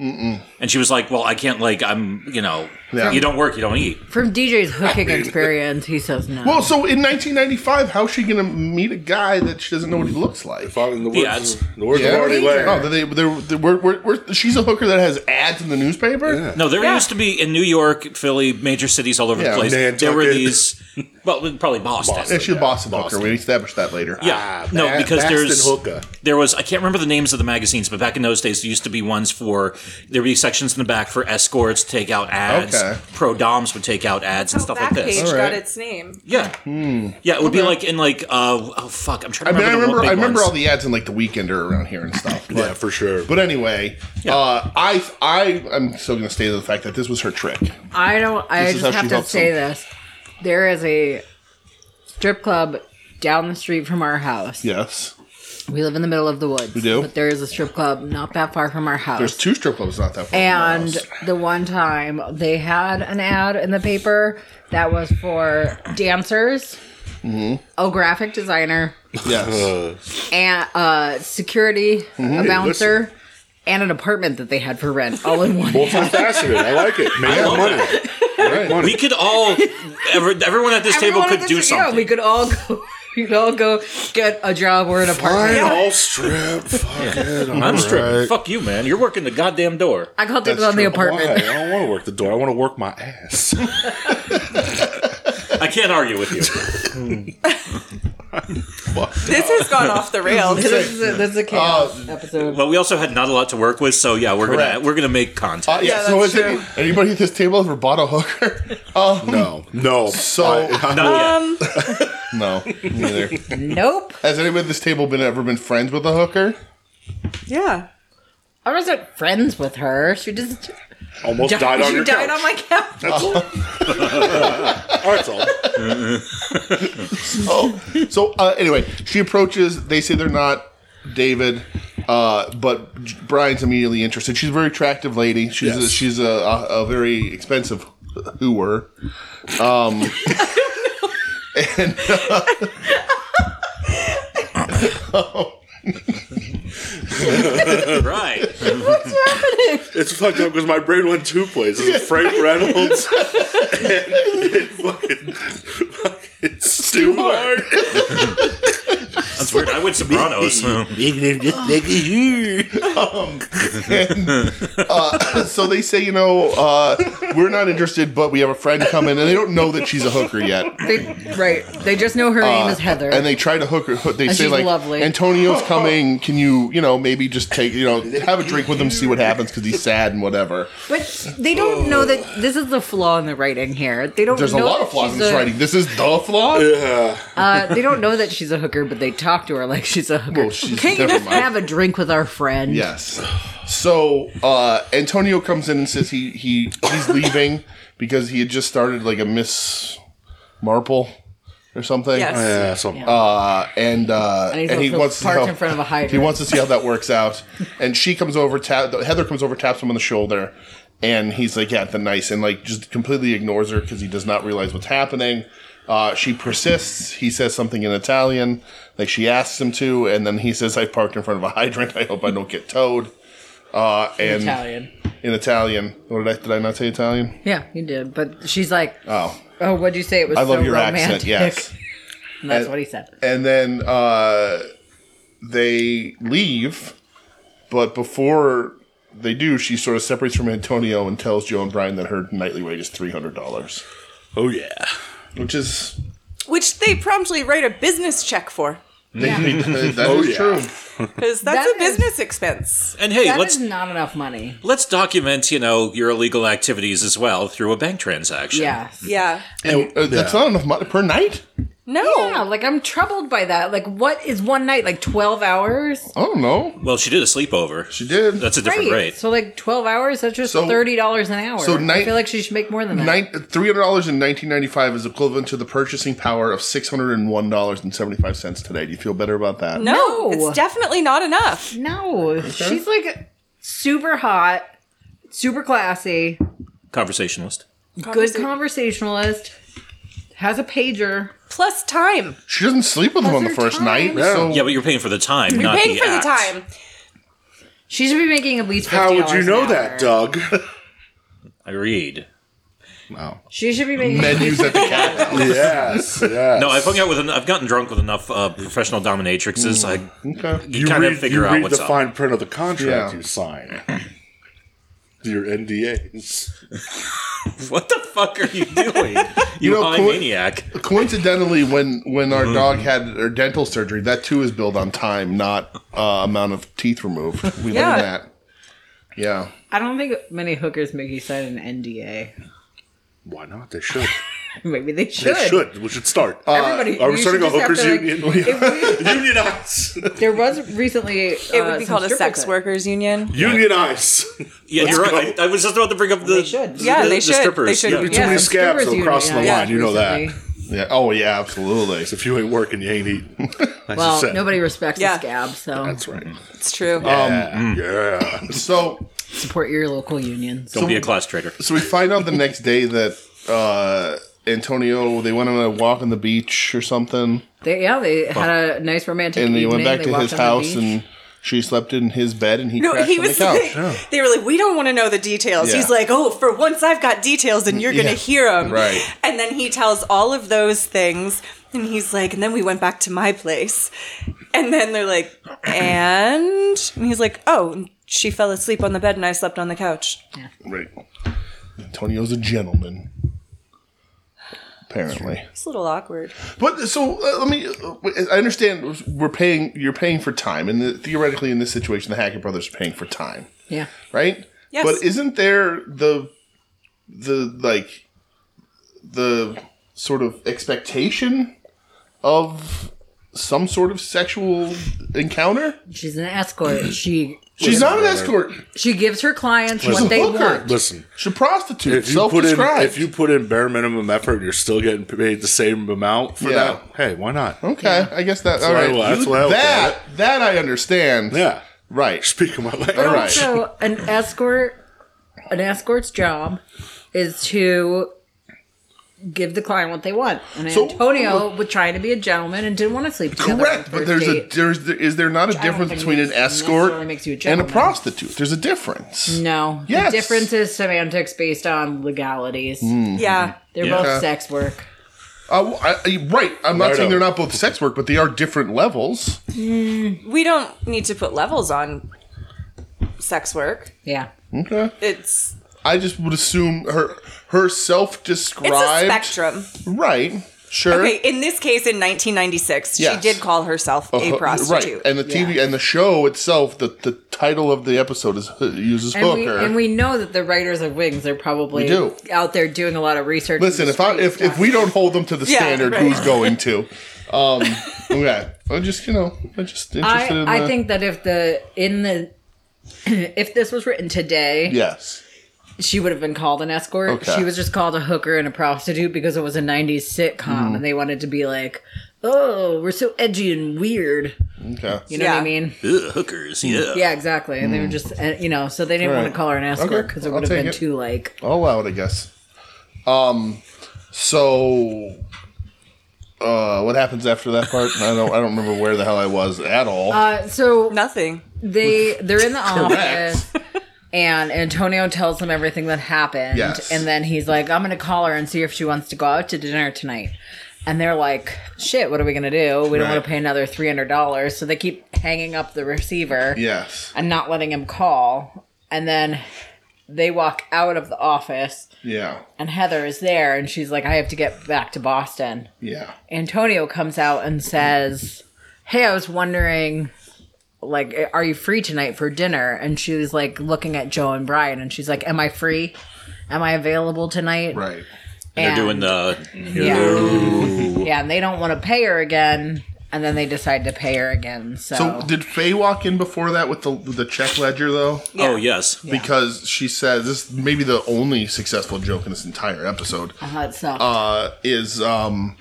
Speaker 1: And she was like, "Well, I can't. Like, I'm. You know,
Speaker 5: Yeah.
Speaker 1: you don't work, you don't eat.
Speaker 4: From DJ's hooking experience, he says no.
Speaker 5: Well, Oh, so in 1995, how's she gonna meet a guy that she doesn't know what he looks like?
Speaker 2: If I'm in the woods,
Speaker 1: Yeah, it's-
Speaker 2: the woods
Speaker 5: Yeah.
Speaker 2: are already
Speaker 4: Danger.
Speaker 2: late.
Speaker 5: Oh, they, they're, they're, we're, we're, we're, she's a hooker that has ads in the newspaper.
Speaker 1: No, there
Speaker 3: Yeah.
Speaker 1: used to be in New York, Philly, major cities all over
Speaker 5: Yeah,
Speaker 1: the place. There were
Speaker 2: Nantucket.
Speaker 1: these. Well, probably Boston.
Speaker 5: Yeah, she's a Boston hooker. We established that later.
Speaker 1: Yeah,
Speaker 2: Ah,
Speaker 1: no,
Speaker 2: Ba-
Speaker 1: because
Speaker 2: Baston
Speaker 1: there's
Speaker 2: Hooker.
Speaker 1: there was I can't remember the names of the magazines, but back in those days, there used to be ones for there would be sections in the back for escorts to take out ads.
Speaker 5: Okay.
Speaker 1: Pro doms would take out ads and
Speaker 4: Oh,
Speaker 3: thought
Speaker 1: stuff like this.
Speaker 3: Backpage
Speaker 5: All right.
Speaker 3: got its name.
Speaker 1: Yeah. Yeah, it would be like in like uh oh fuck, I'm
Speaker 5: Hmm. I
Speaker 1: trying to
Speaker 5: mean, I
Speaker 1: remember.
Speaker 5: remember, I
Speaker 1: the
Speaker 5: remember all
Speaker 1: the
Speaker 5: the ads in like the Weekender around here and stuff. But,
Speaker 2: Yeah, for sure.
Speaker 5: But anyway, uh, I I am still gonna stay to the fact that this was her trick.
Speaker 4: I don't. I
Speaker 5: This is how
Speaker 4: just
Speaker 5: she
Speaker 4: have to
Speaker 5: helps
Speaker 4: say
Speaker 5: him.
Speaker 4: this. There is a strip club down the street from our house.
Speaker 5: Yes,
Speaker 4: We live in the middle of the woods. We
Speaker 5: do?
Speaker 4: But there is a strip club not that far from our house.
Speaker 5: there's two strip clubs not that far. from
Speaker 4: and
Speaker 5: us.
Speaker 4: the one time they had an ad in the paper that was for dancers,
Speaker 5: Mm-hmm.
Speaker 4: a graphic designer,
Speaker 5: yes,
Speaker 4: and uh, security,
Speaker 5: Mm-hmm.
Speaker 4: a bouncer, and an apartment that they had for rent all in one.
Speaker 2: Multifaceted. I like it. Make that money. Make
Speaker 5: Uh,
Speaker 2: money.
Speaker 1: We could all every, everyone at this
Speaker 4: Everyone
Speaker 1: table
Speaker 4: at
Speaker 1: could
Speaker 4: this-
Speaker 1: do
Speaker 4: Yeah, we
Speaker 1: something.
Speaker 4: could all go. We could all go get a job or an apartment.
Speaker 2: Fine, I'll strip. Fuck it.
Speaker 1: I'm stripping.
Speaker 2: alright.
Speaker 1: Fuck you, man. You're working the goddamn door.
Speaker 4: I called it
Speaker 5: That's
Speaker 4: on the
Speaker 5: true.
Speaker 2: Why?
Speaker 4: apartment.
Speaker 2: I don't want to work the door. I want to work my ass.
Speaker 1: I can't argue with you.
Speaker 3: This has gone off the rails.
Speaker 4: This is a, this is
Speaker 5: Uh,
Speaker 4: a chaos episode.
Speaker 1: But we also had not a lot to work with, so yeah, we're
Speaker 5: Correct.
Speaker 1: gonna we're gonna make content.
Speaker 5: Uh, yeah,
Speaker 3: Yeah,
Speaker 5: so
Speaker 3: that's
Speaker 5: is any- anybody at this table ever bought a hooker? Um,
Speaker 2: No, no.
Speaker 5: So
Speaker 1: Not yet.
Speaker 5: no, neither.
Speaker 4: Nope.
Speaker 5: Has anybody at this table been ever been friends with a hooker?
Speaker 3: Yeah.
Speaker 4: I wasn't friends with her. She just
Speaker 2: almost died on
Speaker 4: she
Speaker 2: your
Speaker 4: died
Speaker 2: couch.
Speaker 4: on my couch.
Speaker 2: All right, so
Speaker 5: Oh, so uh, anyway, she approaches. They say they're not David, uh, but J- Brian's immediately interested. She's a very attractive lady. She's a,
Speaker 2: Yes.
Speaker 5: she's a, a, a very expensive hooer. Um,
Speaker 1: Right.
Speaker 2: it's fucked up because my brain went two places: Frank Reynolds and, and fucking, fucking Stu Lord.
Speaker 1: That's weird. I went Sopranos.
Speaker 5: so they say, you know, uh, we're not interested, but we have a friend coming, and they don't know that she's a hooker yet.
Speaker 4: They, right. They just know her name is Heather.
Speaker 5: Uh, And they try to hook her. hook- They
Speaker 4: And
Speaker 5: say
Speaker 4: she's
Speaker 5: like,
Speaker 4: lovely.
Speaker 5: Antonio's coming. Can you, you know, maybe just take, you know, have a drink with him, see what happens because he's sad and whatever.
Speaker 4: but they don't know that this is the flaw in the writing here. They don't.
Speaker 5: There's a
Speaker 4: know
Speaker 5: lot
Speaker 4: that
Speaker 5: of flaws in
Speaker 4: she's
Speaker 5: this
Speaker 4: a-
Speaker 5: writing. This is the flaw.
Speaker 4: Uh, they don't know that she's a hooker, but they talk to her like she's a hooker.
Speaker 5: Well, she's
Speaker 4: Can't you
Speaker 5: never
Speaker 4: just
Speaker 5: mind.
Speaker 4: have a drink with our friend?
Speaker 5: Yes. So uh, Antonio comes in and says he, he he's leaving because he had just started like a Miss Marple or something.
Speaker 3: Yes.
Speaker 2: Yeah, something.
Speaker 5: Uh, and uh,
Speaker 4: And
Speaker 5: and,
Speaker 4: he's
Speaker 5: he
Speaker 4: also
Speaker 5: wants to
Speaker 4: parked
Speaker 5: know-
Speaker 4: in front of a hydrant.
Speaker 5: He wants to see how that works out. And she comes over, tap Heather comes over, taps him on the shoulder, and he's like, "Yeah, the nice," and like just completely ignores her because he does not realize what's happening. Uh, she persists. He says something in Italian, like she asks him to, and then he says, "I've parked in front of a hydrant. I hope I don't get towed." Uh, and
Speaker 4: Italian.
Speaker 5: In Italian, what did I did I not say Italian?
Speaker 4: Yeah, you did. But she's like,
Speaker 5: Oh,
Speaker 4: oh, what'd you say? It was
Speaker 5: I love
Speaker 4: so
Speaker 5: your
Speaker 4: romantic.
Speaker 5: accent. Yes.
Speaker 4: And that's
Speaker 5: And-
Speaker 4: what he said.
Speaker 5: and then uh, they leave. But before they do, she sort of separates from Antonio and tells Joe and Brian that her nightly rate is three hundred dollars,
Speaker 2: oh yeah.
Speaker 5: which is
Speaker 3: Which they promptly write a business check for.
Speaker 5: that is
Speaker 2: yeah.
Speaker 5: true.
Speaker 3: Because that's
Speaker 4: That
Speaker 3: a
Speaker 4: is-
Speaker 3: business expense.
Speaker 1: and hey,
Speaker 4: That
Speaker 1: let's
Speaker 4: is not enough money.
Speaker 1: let's document, you know, your illegal activities as well through a bank transaction.
Speaker 4: Yes.
Speaker 3: Yeah.
Speaker 5: And, uh, That's not enough money per night.
Speaker 3: No.
Speaker 4: Yeah, like I'm troubled by that. Like, what is one night? Like 12 hours?
Speaker 5: I don't know.
Speaker 1: Well, she did a sleepover.
Speaker 5: She did.
Speaker 1: That's a different
Speaker 4: Right.
Speaker 1: rate.
Speaker 4: So, like 12 hours? That's just
Speaker 5: So-
Speaker 4: $30 an hour.
Speaker 5: so
Speaker 4: I
Speaker 5: night-
Speaker 4: feel like she should make more than that.
Speaker 5: Nine, three hundred dollars in nineteen ninety five is equivalent to the purchasing power of six hundred and one dollars and seventy five cents today. Do you feel better about that?
Speaker 3: No,
Speaker 4: No.
Speaker 3: it's definitely not enough.
Speaker 4: No. She's like super hot, super classy,
Speaker 1: Conversationalist.
Speaker 4: good conversationalist, has a pager.
Speaker 3: Plus time.
Speaker 5: She doesn't sleep with him on the
Speaker 4: her
Speaker 5: first
Speaker 4: time.
Speaker 5: night. So
Speaker 1: Yeah, but you're paying for the time,
Speaker 3: You're
Speaker 1: not
Speaker 3: paying
Speaker 1: the
Speaker 3: for
Speaker 1: act.
Speaker 3: the time.
Speaker 4: She should be making at least. $50
Speaker 2: How would you
Speaker 4: an
Speaker 2: know
Speaker 4: hour.
Speaker 2: that, Doug?
Speaker 1: Agreed.
Speaker 4: She should be making.
Speaker 5: menus at the cat.
Speaker 2: yes. Yes.
Speaker 1: No, Oh, I've hung out with. En- I've gotten drunk with enough uh, professional dominatrixes.
Speaker 5: Mm.
Speaker 1: I
Speaker 5: Okay.
Speaker 1: you, kind of figure
Speaker 2: you
Speaker 1: out
Speaker 2: read
Speaker 1: what's
Speaker 2: the
Speaker 1: up.
Speaker 2: fine print of the contract
Speaker 5: Yeah.
Speaker 2: you sign. Your NDAs.
Speaker 1: what the fuck are you doing? you
Speaker 5: know,
Speaker 1: high
Speaker 5: cool-
Speaker 1: maniac.
Speaker 5: Coincidentally, when when our dog had her dental surgery, that too is billed on time, not uh, amount of teeth removed. We
Speaker 3: Yeah.
Speaker 5: learned that. Yeah.
Speaker 4: I don't think many hookers make you sign an NDA.
Speaker 2: Why not? They should.
Speaker 4: Maybe they should.
Speaker 2: They should. We should start.
Speaker 4: Everybody.
Speaker 2: are we
Speaker 4: you
Speaker 2: starting
Speaker 4: should
Speaker 2: a hookers
Speaker 4: just have to, like-
Speaker 2: union?
Speaker 4: if
Speaker 2: Unionize.
Speaker 4: we- there was recently. uh,
Speaker 3: It would be
Speaker 5: Uh,
Speaker 3: called a sex workers union.
Speaker 2: Unionize.
Speaker 1: Yeah, you're right. I, I was just about to bring up the.
Speaker 4: should.
Speaker 3: Yeah,
Speaker 1: the,
Speaker 3: they
Speaker 1: the
Speaker 3: should.
Speaker 1: Strippers.
Speaker 3: They should.
Speaker 1: Yeah.
Speaker 2: Be too many scabs will cross the line. You know that.
Speaker 5: Yeah. Oh yeah, absolutely.
Speaker 2: If you ain't working, you ain't eating. That's
Speaker 4: Well,
Speaker 2: just it.
Speaker 4: nobody respects
Speaker 3: Yeah.
Speaker 4: the scab, so
Speaker 2: That's right.
Speaker 3: It's true.
Speaker 5: Oh,
Speaker 2: Yeah.
Speaker 1: Hmm.
Speaker 2: yeah.
Speaker 5: So
Speaker 4: support your local unions.
Speaker 1: Don't be a class traitor.
Speaker 5: so we find out the next day that uh, Antonio they went on a walk on the beach or something,
Speaker 4: They, yeah, they had a nice romantic
Speaker 5: and they
Speaker 4: evening.
Speaker 5: went back to
Speaker 4: walked
Speaker 5: his
Speaker 4: on the
Speaker 5: house
Speaker 4: beach.
Speaker 5: and. She slept in his bed and he
Speaker 3: No,
Speaker 5: crashed
Speaker 3: he
Speaker 5: on
Speaker 3: was
Speaker 5: the couch.
Speaker 3: like, they were like, we don't want to know the details.
Speaker 5: Yeah.
Speaker 3: He's like, oh, for once I've got details and you're going
Speaker 5: Yeah.
Speaker 3: to hear them.
Speaker 5: Right.
Speaker 3: And then he tells all of those things. And he's like, and then we went back to my place. And then they're like, and? And he's like, oh, she fell asleep on the bed and I slept on the couch.
Speaker 5: Right. Antonio's a gentleman. Apparently.
Speaker 3: It's a little awkward.
Speaker 5: But so uh, let me. uh, I understand we're paying. You're paying for time, and the, theoretically, in this situation, the Hackett brothers are paying for time,
Speaker 4: Yeah.
Speaker 5: right?
Speaker 3: Yes.
Speaker 5: But isn't there the the like the sort of expectation of some sort of sexual encounter?
Speaker 4: She's an escort. She
Speaker 5: She's not an escort.
Speaker 4: she gives her clients what they
Speaker 5: hooker.
Speaker 4: want.
Speaker 2: Listen,
Speaker 5: She's a prostitute.
Speaker 2: if you put in
Speaker 5: self-described.
Speaker 2: if you put in bare minimum effort, and you're still getting paid the same amount for
Speaker 5: Yeah.
Speaker 2: that. Hey, why not?
Speaker 5: okay, I guess that. all
Speaker 2: what I-
Speaker 5: right,
Speaker 2: that's
Speaker 5: You-
Speaker 2: what I look at
Speaker 5: that that I understand.
Speaker 2: Yeah,
Speaker 5: Right.
Speaker 2: speaking my language.
Speaker 5: All right.
Speaker 4: Also, an escort, an escort's job is to give the client what they want. And
Speaker 5: So- oh,
Speaker 4: Antonio was trying to be a gentleman and didn't want to sleep together. on
Speaker 5: Correct,
Speaker 4: the
Speaker 5: but
Speaker 4: first
Speaker 5: there's a
Speaker 4: date.
Speaker 5: there's there- is there not a difference
Speaker 4: think
Speaker 5: between
Speaker 4: it
Speaker 5: an escort
Speaker 4: necessarily makes you a
Speaker 5: and a
Speaker 4: gentleman. Mm.
Speaker 5: prostitute? There's a difference.
Speaker 4: no.
Speaker 5: Yes.
Speaker 4: The
Speaker 5: Hmm. Mm-hmm.
Speaker 4: difference is semantics based on legalities.
Speaker 3: Yeah.
Speaker 4: They're both sex work.
Speaker 5: Uh, well, I, I- right. I'm not
Speaker 2: Right
Speaker 5: saying
Speaker 2: on.
Speaker 5: they're not both sex work, but they are different levels.
Speaker 3: We don't need to put levels on sex work.
Speaker 4: Yeah.
Speaker 5: Okay.
Speaker 3: It's
Speaker 5: I just would assume her her self
Speaker 3: it's a
Speaker 5: described
Speaker 3: spectrum.
Speaker 5: right. Sure.
Speaker 3: Okay, in this case, in 1996,
Speaker 5: Yes.
Speaker 3: she did call herself
Speaker 5: Uh,
Speaker 3: a prostitute.
Speaker 5: Right. And the TV and the show itself, the, the title of the episode is uses
Speaker 4: And we,
Speaker 5: hooker.
Speaker 4: and we know that the writers of Wings are probably
Speaker 5: We do.
Speaker 4: out there doing a lot of research.
Speaker 5: Listen, if I if, if we don't hold them to the
Speaker 3: Yeah,
Speaker 5: standard,
Speaker 3: right.
Speaker 5: who's going to? Um, okay. I just you know I just interested
Speaker 4: I,
Speaker 5: in
Speaker 4: I
Speaker 5: the-
Speaker 4: think that if the in the if this was written today,
Speaker 5: yes.
Speaker 4: she would have been called an escort.
Speaker 5: Okay.
Speaker 4: She was just called a hooker and a prostitute because it was a '90s sitcom,
Speaker 5: Mm-hmm.
Speaker 4: and they wanted to be like, "Oh, we're so edgy and weird."
Speaker 5: Okay.
Speaker 4: You know what I
Speaker 3: Yeah.
Speaker 4: mean?
Speaker 1: Ugh, hookers, yeah.
Speaker 4: Yeah, exactly. And they were just, uh, you know, so they didn't want
Speaker 5: Mm. Right.
Speaker 4: to call her an escort
Speaker 5: Okay,
Speaker 4: because it
Speaker 5: I'll
Speaker 4: would have
Speaker 5: take
Speaker 4: been
Speaker 5: it.
Speaker 4: too like.
Speaker 5: I'll allow it, Oh, I guess. Um, so uh, what happens after that part? I don't I don't remember where the hell I was at all.
Speaker 4: Uh, so
Speaker 3: Nothing.
Speaker 4: they they're in the
Speaker 5: Correct.
Speaker 4: office and antonio tells them everything that happened
Speaker 5: Yes.
Speaker 4: and then he's like i'm gonna call her and see if she wants to go out to dinner tonight and they're like shit what are we gonna do we don't
Speaker 5: Right.
Speaker 4: want to pay another $300 so they keep hanging up the receiver
Speaker 5: yes.
Speaker 4: and not letting him call and then they walk out of the office
Speaker 5: Yeah.
Speaker 4: and heather is there and she's like i have to get back to boston
Speaker 5: Yeah.
Speaker 4: Antonio comes out and says, "Hey, I was wondering, like, are you free tonight for dinner?" And she was like looking at Joe and Brian, and she's like, "Am I free? Am I available tonight?"
Speaker 5: Right.
Speaker 1: They're
Speaker 4: And-
Speaker 1: doing the.
Speaker 4: Yeah. yeah, and they don't want to pay her again, and then they decide to pay her again. So,
Speaker 5: So did Faye walk in before that with the with the check ledger though?
Speaker 1: Oh, yes.
Speaker 5: Because she says this is maybe the only successful joke in this entire episode.
Speaker 4: uh, so
Speaker 5: uh, is um,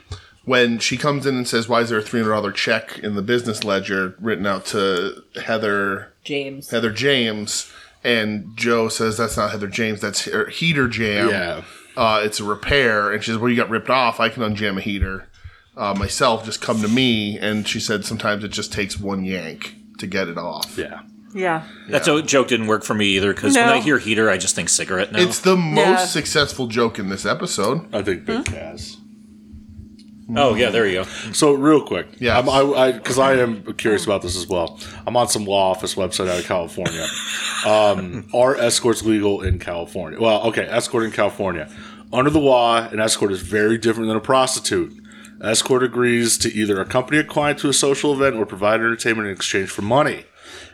Speaker 5: when she comes in and says, "Why is there a three hundred dollar check in the business ledger written out to Heather
Speaker 4: James,
Speaker 5: Heather James?" And Joe says, "That's not Heather James. That's her heater jam.
Speaker 2: Yeah.
Speaker 5: Uh, it's a repair." And she says, "Well, you got ripped off. I can unjam a heater uh, myself. Just come to me." And she said, "Sometimes it just takes one yank to get it off."
Speaker 2: Yeah.
Speaker 3: Yeah.
Speaker 1: That jo- joke didn't work for me either because when
Speaker 3: No.
Speaker 1: I hear heater, I just think cigarette now.
Speaker 5: It's the most
Speaker 3: Yeah.
Speaker 5: successful joke in this episode.
Speaker 2: I think Big Cass.
Speaker 1: oh, yeah, there you go.
Speaker 2: So real quick,
Speaker 5: Yes.
Speaker 2: I'm, I because I, am curious about this as well. I'm on some law office website out of California. Um, are escorts legal in California? Well, okay, escort in California. Under the law, an escort is very different than a prostitute. Escort agrees to either accompany a client to a social event or provide entertainment in exchange for money.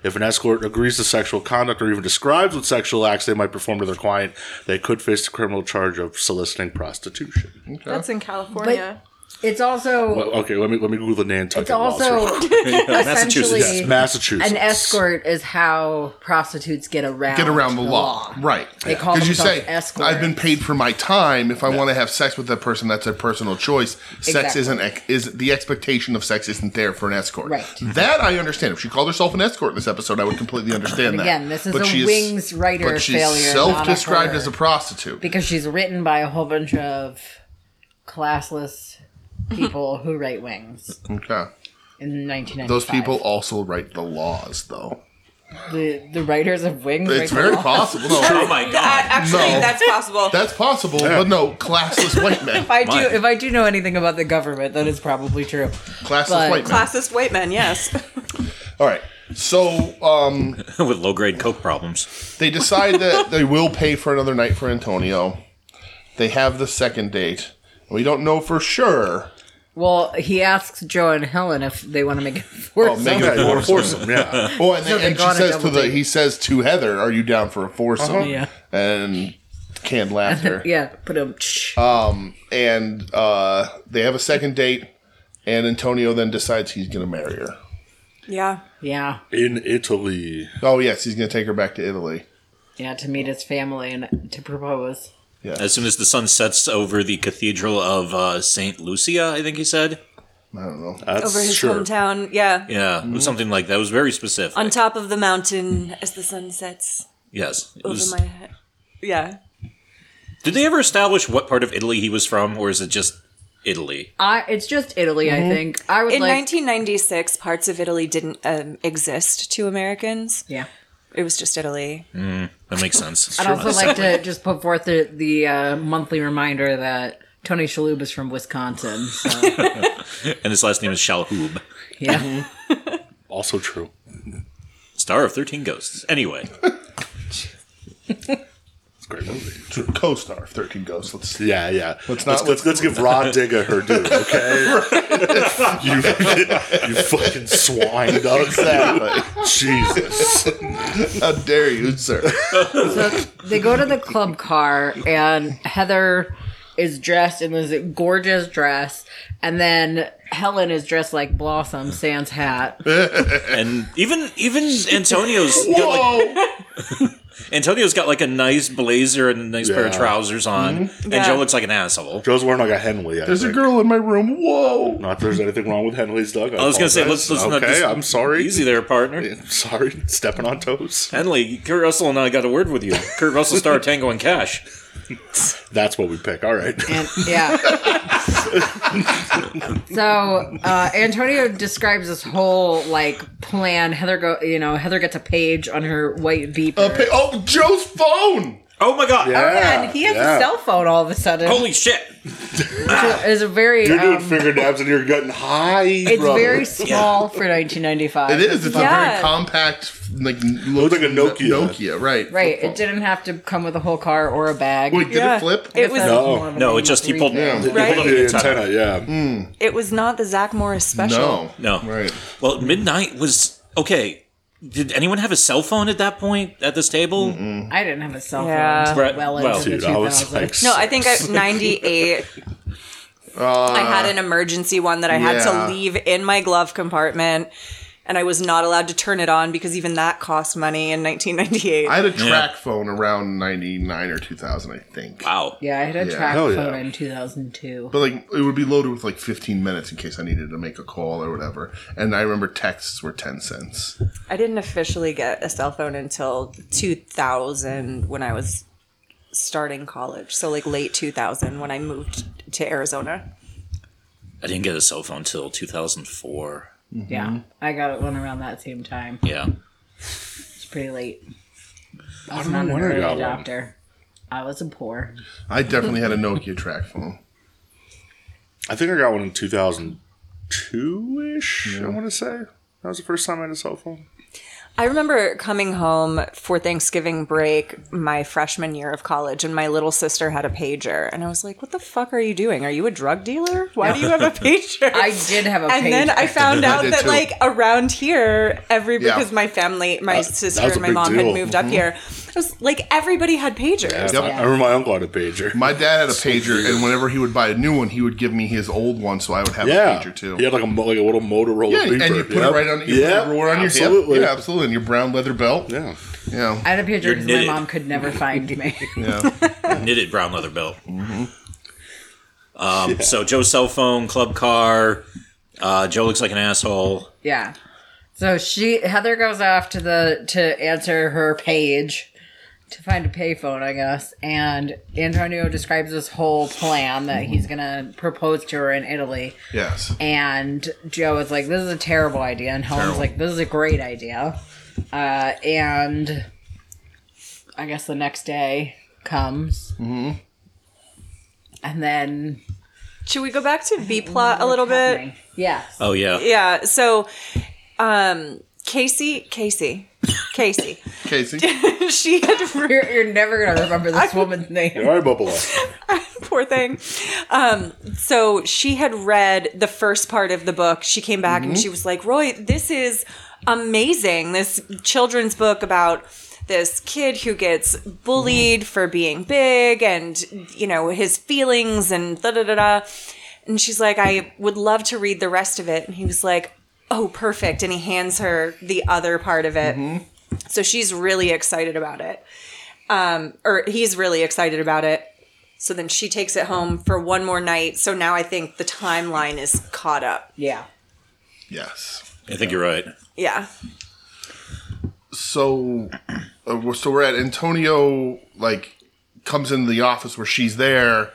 Speaker 2: If an escort agrees to sexual conduct or even describes what sexual acts they might perform to their client, they could face the criminal charge of soliciting prostitution.
Speaker 3: That's in California.
Speaker 4: it's also
Speaker 2: Well, okay, let me let me Google the Nantucket
Speaker 4: it's
Speaker 2: laws real
Speaker 4: also
Speaker 1: Massachusetts.
Speaker 4: essentially
Speaker 2: Yes, Massachusetts.
Speaker 4: an escort is how prostitutes get around
Speaker 5: get around the, law. right?
Speaker 4: They call
Speaker 5: you
Speaker 4: themselves
Speaker 5: say
Speaker 4: escorts.
Speaker 5: I've been paid for my time. If I want to have sex with that person, that's a personal choice. Sex
Speaker 4: Exactly.
Speaker 5: isn't ex- is the expectation of sex isn't there for an escort.
Speaker 4: Right.
Speaker 5: That I understand. If she called herself an escort in this episode, I would completely understand that.
Speaker 4: again, this is a
Speaker 5: she's-
Speaker 4: Wings writer
Speaker 5: but she's
Speaker 4: failure, not a
Speaker 5: self-described
Speaker 4: horror.
Speaker 5: as a prostitute.
Speaker 4: because she's written by a whole bunch of classless people who write wings
Speaker 5: okay.
Speaker 4: in 1995.
Speaker 5: Those people also write the laws, though.
Speaker 4: the, the writers of wings.
Speaker 5: It's
Speaker 4: write the
Speaker 5: very
Speaker 4: law.
Speaker 5: possible. No,
Speaker 1: Oh, my
Speaker 3: Uh,
Speaker 1: God.
Speaker 3: actually,
Speaker 5: No.
Speaker 3: that's possible.
Speaker 5: that's possible, but no, classless white men.
Speaker 4: If I do,
Speaker 1: My.
Speaker 4: if I do know anything about the government, that is probably true.
Speaker 5: Classless
Speaker 4: But-
Speaker 5: white men.
Speaker 3: Classist white men, yes.
Speaker 5: All right. So, um,
Speaker 1: With low grade coke problems.
Speaker 5: They decide that they will pay for another night for Antonio. They have the second date. We don't know for sure.
Speaker 4: Well, he asks Joe and Helen if they want to make it for
Speaker 5: Oh, make
Speaker 2: Yeah,
Speaker 5: it
Speaker 2: you
Speaker 5: four.
Speaker 2: want to force them, yeah.
Speaker 5: Oh, and,
Speaker 4: So they
Speaker 5: and
Speaker 4: go
Speaker 5: she
Speaker 4: on a
Speaker 5: says to
Speaker 4: double
Speaker 5: the
Speaker 4: date. Uh-huh.
Speaker 5: he says to Heather, "Are you down for a foursome?"
Speaker 4: Yeah.
Speaker 5: And canned laughter.
Speaker 4: Yeah, put him.
Speaker 5: Uh, And uh, they have a second date, and Antonio then decides he's going to marry her.
Speaker 3: yeah.
Speaker 4: yeah,
Speaker 2: In Italy.
Speaker 5: Oh yes, he's going to take her back to Italy.
Speaker 4: yeah, to meet his family and to propose.
Speaker 1: As soon as the sun sets over the Cathedral of uh, St. Lucia, I think he said.
Speaker 5: I don't know.
Speaker 2: That's
Speaker 3: Over his
Speaker 2: sure.
Speaker 3: hometown. Yeah.
Speaker 1: Yeah, it was something like that. It was very specific.
Speaker 3: On top of the mountain as the sun sets
Speaker 1: yes. It
Speaker 3: over
Speaker 1: was-
Speaker 3: my head. Yeah.
Speaker 1: did they ever establish what part of Italy he was from, or is it just Italy?
Speaker 4: I, it's just Italy,
Speaker 5: Mm-hmm.
Speaker 4: I think. I would
Speaker 3: In
Speaker 4: like.
Speaker 3: 1996, parts of Italy didn't um, exist to Americans.
Speaker 4: yeah.
Speaker 3: It was just Italy.
Speaker 1: That makes sense.
Speaker 4: I'd also like to just put forth the, the uh, monthly reminder that Tony Shalhoub is from Wisconsin. So,
Speaker 1: and his last name is Shalhoub,
Speaker 4: yeah.
Speaker 2: Also true.
Speaker 1: star of Thirteen Ghosts. Anyway,
Speaker 2: It's a great movie.
Speaker 5: Co-star of Thirteen Ghosts. Let's see.
Speaker 2: Yeah, yeah. Let's
Speaker 5: not-
Speaker 2: let's, let's, give Rod Digga her due, okay? you, you fucking swine dog.
Speaker 5: Exactly.
Speaker 2: Jesus.
Speaker 5: How dare you, sir?
Speaker 4: So they go to the club car, and Heather is dressed in this gorgeous dress, and then Helen is dressed like Blossom, Sans hat.
Speaker 1: and even even Antonio's got like,
Speaker 5: Whoa!
Speaker 1: Antonio's got like a nice blazer and a nice pair of
Speaker 2: Yeah.
Speaker 1: trousers on, and
Speaker 3: Yeah.
Speaker 1: Joe looks like an asshole.
Speaker 2: Joe's wearing like a Henley. I
Speaker 5: There's a
Speaker 2: think.
Speaker 5: girl in my room. Whoa!
Speaker 2: Not that there's anything wrong with Henley's dog.
Speaker 1: I was gonna say,
Speaker 2: apologize.
Speaker 1: let's let's not
Speaker 2: Okay,
Speaker 1: just-
Speaker 2: I'm sorry.
Speaker 1: Easy there, partner.
Speaker 2: I'm sorry. Stepping on toes.
Speaker 1: Henley, Kurt Russell and I got a word with you. Kurt Russell star of Tango and Cash.
Speaker 2: That's what we pick. All right.
Speaker 4: And yeah. so uh, Antonio describes this whole like plan. Heather go, you know, Heather gets a page on her white beeper.
Speaker 5: Uh, pa- oh, Joe's phone.
Speaker 1: Oh my god!
Speaker 4: Oh, yeah, and he has
Speaker 2: yeah. Oh.
Speaker 4: a cell phone all of a sudden.
Speaker 1: Holy shit!
Speaker 4: it's a very
Speaker 2: You're doing
Speaker 4: um,
Speaker 2: finger dabs and you're getting high.
Speaker 4: it's
Speaker 2: brother.
Speaker 4: very small for 1995.
Speaker 5: It is. It's a
Speaker 3: Yeah.
Speaker 5: very compact, like
Speaker 2: Looks like a Nokia.
Speaker 5: Nokia, right?
Speaker 4: Right,
Speaker 5: Flip
Speaker 4: it didn't have to come with a whole car or a bag.
Speaker 5: phone. Wait, did
Speaker 3: Yeah.
Speaker 5: it flip?
Speaker 3: It was
Speaker 4: That's
Speaker 2: No.
Speaker 4: more of a
Speaker 1: No, it
Speaker 4: thing
Speaker 1: just
Speaker 4: with
Speaker 1: he pulled.
Speaker 4: retail.
Speaker 1: he
Speaker 3: Right?
Speaker 1: pulled up
Speaker 2: The
Speaker 1: the antenna.
Speaker 2: antenna, yeah.
Speaker 3: It was not the Zach Morris special.
Speaker 5: no,
Speaker 1: No.
Speaker 5: Right.
Speaker 1: Well, midnight was okay. Did anyone have a cell phone at that point at this table?
Speaker 4: I didn't have a cell phone
Speaker 3: Yeah.
Speaker 4: until
Speaker 1: Right,
Speaker 4: well
Speaker 1: well,
Speaker 4: into
Speaker 2: Dude,
Speaker 4: the
Speaker 2: I was
Speaker 4: 2000s.
Speaker 2: like,
Speaker 3: No, Oh, I think I, 98. I had an emergency one that I had
Speaker 5: Uh, yeah.
Speaker 3: to leave in my glove compartment, and I was not allowed to turn it on because even that cost money in 1998.
Speaker 5: I had a track phone around '99 or 2000, I think.
Speaker 1: Wow.
Speaker 4: yeah, I had a track
Speaker 2: Hell yeah.
Speaker 4: phone in 2002.
Speaker 5: But like, it would be loaded with like 15 minutes in case I needed to make a call or whatever. And I remember texts were 10 cents.
Speaker 3: I didn't officially get a cell phone until 2000 when I was starting college. So, like late 2000 when I moved to Arizona.
Speaker 1: I didn't get a cell phone till 2004.
Speaker 4: Yeah,
Speaker 1: Mm.
Speaker 4: I got one around that same time.
Speaker 1: Yeah.
Speaker 4: It's pretty late. I was
Speaker 2: don't
Speaker 4: not
Speaker 2: know
Speaker 4: an
Speaker 2: when I
Speaker 4: early
Speaker 2: got one.
Speaker 4: adopter. I was a poor.
Speaker 5: I definitely had a Nokia track phone.
Speaker 2: I think I got one in 2002 ish, I want to say. That was the first time I had a cell phone.
Speaker 3: I remember coming home for Thanksgiving break my freshman year of college, and my little sister had a pager. And I was like, What the fuck are you doing? Are you a drug dealer? Why do you have a pager?
Speaker 4: I did have a
Speaker 3: and then
Speaker 4: pager.
Speaker 3: I found out
Speaker 5: did
Speaker 3: that
Speaker 5: too.
Speaker 3: like around here, every
Speaker 5: Yeah.
Speaker 3: because my family, my sister
Speaker 2: was a
Speaker 3: and my
Speaker 2: big
Speaker 3: mom
Speaker 2: deal.
Speaker 3: had moved up here. It was like everybody had pagers.
Speaker 2: I, I remember my uncle had a pager.
Speaker 5: My dad had a pager, and whenever he would buy a new one, he would give me his old one, so I would have
Speaker 2: yeah.
Speaker 5: a pager too.
Speaker 2: He had like a, mo- like a little Motorola
Speaker 5: Yeah,
Speaker 2: beeper.
Speaker 5: and you put
Speaker 2: yeah.
Speaker 5: it right on, you
Speaker 2: yeah.
Speaker 5: put it right on your
Speaker 2: absolutely.
Speaker 5: hip. Yeah, absolutely. And your brown leather belt.
Speaker 2: Yeah.
Speaker 5: Yeah.
Speaker 4: I had a pager
Speaker 1: You're
Speaker 4: because my
Speaker 1: knitted.
Speaker 4: mom could never find me.
Speaker 1: Knitted brown leather belt. Um, So Joe's cell phone, club car. Uh, Joe looks like an asshole.
Speaker 4: yeah. So she Heather goes off to the to answer her page to find a payphone, I guess. And Antonio describes this whole plan that he's gonna propose to her in Italy.
Speaker 5: Yes.
Speaker 4: And Joe is like, "This is a terrible idea," and Helen's
Speaker 5: Terrible.
Speaker 4: like, "This is a great idea." Uh, and I guess the next day comes, mm-hmm. and then
Speaker 3: Should we go back to B plot a little bit?
Speaker 4: yes,
Speaker 1: Oh yeah.
Speaker 3: Yeah. So, um, Casey, Casey, Casey,
Speaker 5: Casey.
Speaker 3: she had
Speaker 4: you're, you're never gonna remember this woman's name.
Speaker 2: All right, Bubble.
Speaker 3: poor thing. Um, so she had read the first part of the book. She came back and she was like, Roy, this is amazing. This children's book about this kid who gets bullied for being big and, you know, his feelings and da da da da. And she's like, I would love to read the rest of it. And he was like, Oh, perfect. And he hands her the other part of it. So she's really excited about it. Um, or he's really excited about it. So then she takes it home for one more night. So now I think the timeline is caught up.
Speaker 4: Yeah,
Speaker 5: yes.
Speaker 1: I think you're right.
Speaker 3: Yeah.
Speaker 5: So, uh, we're- so we're at Antonio. Like, comes into the office where she's there,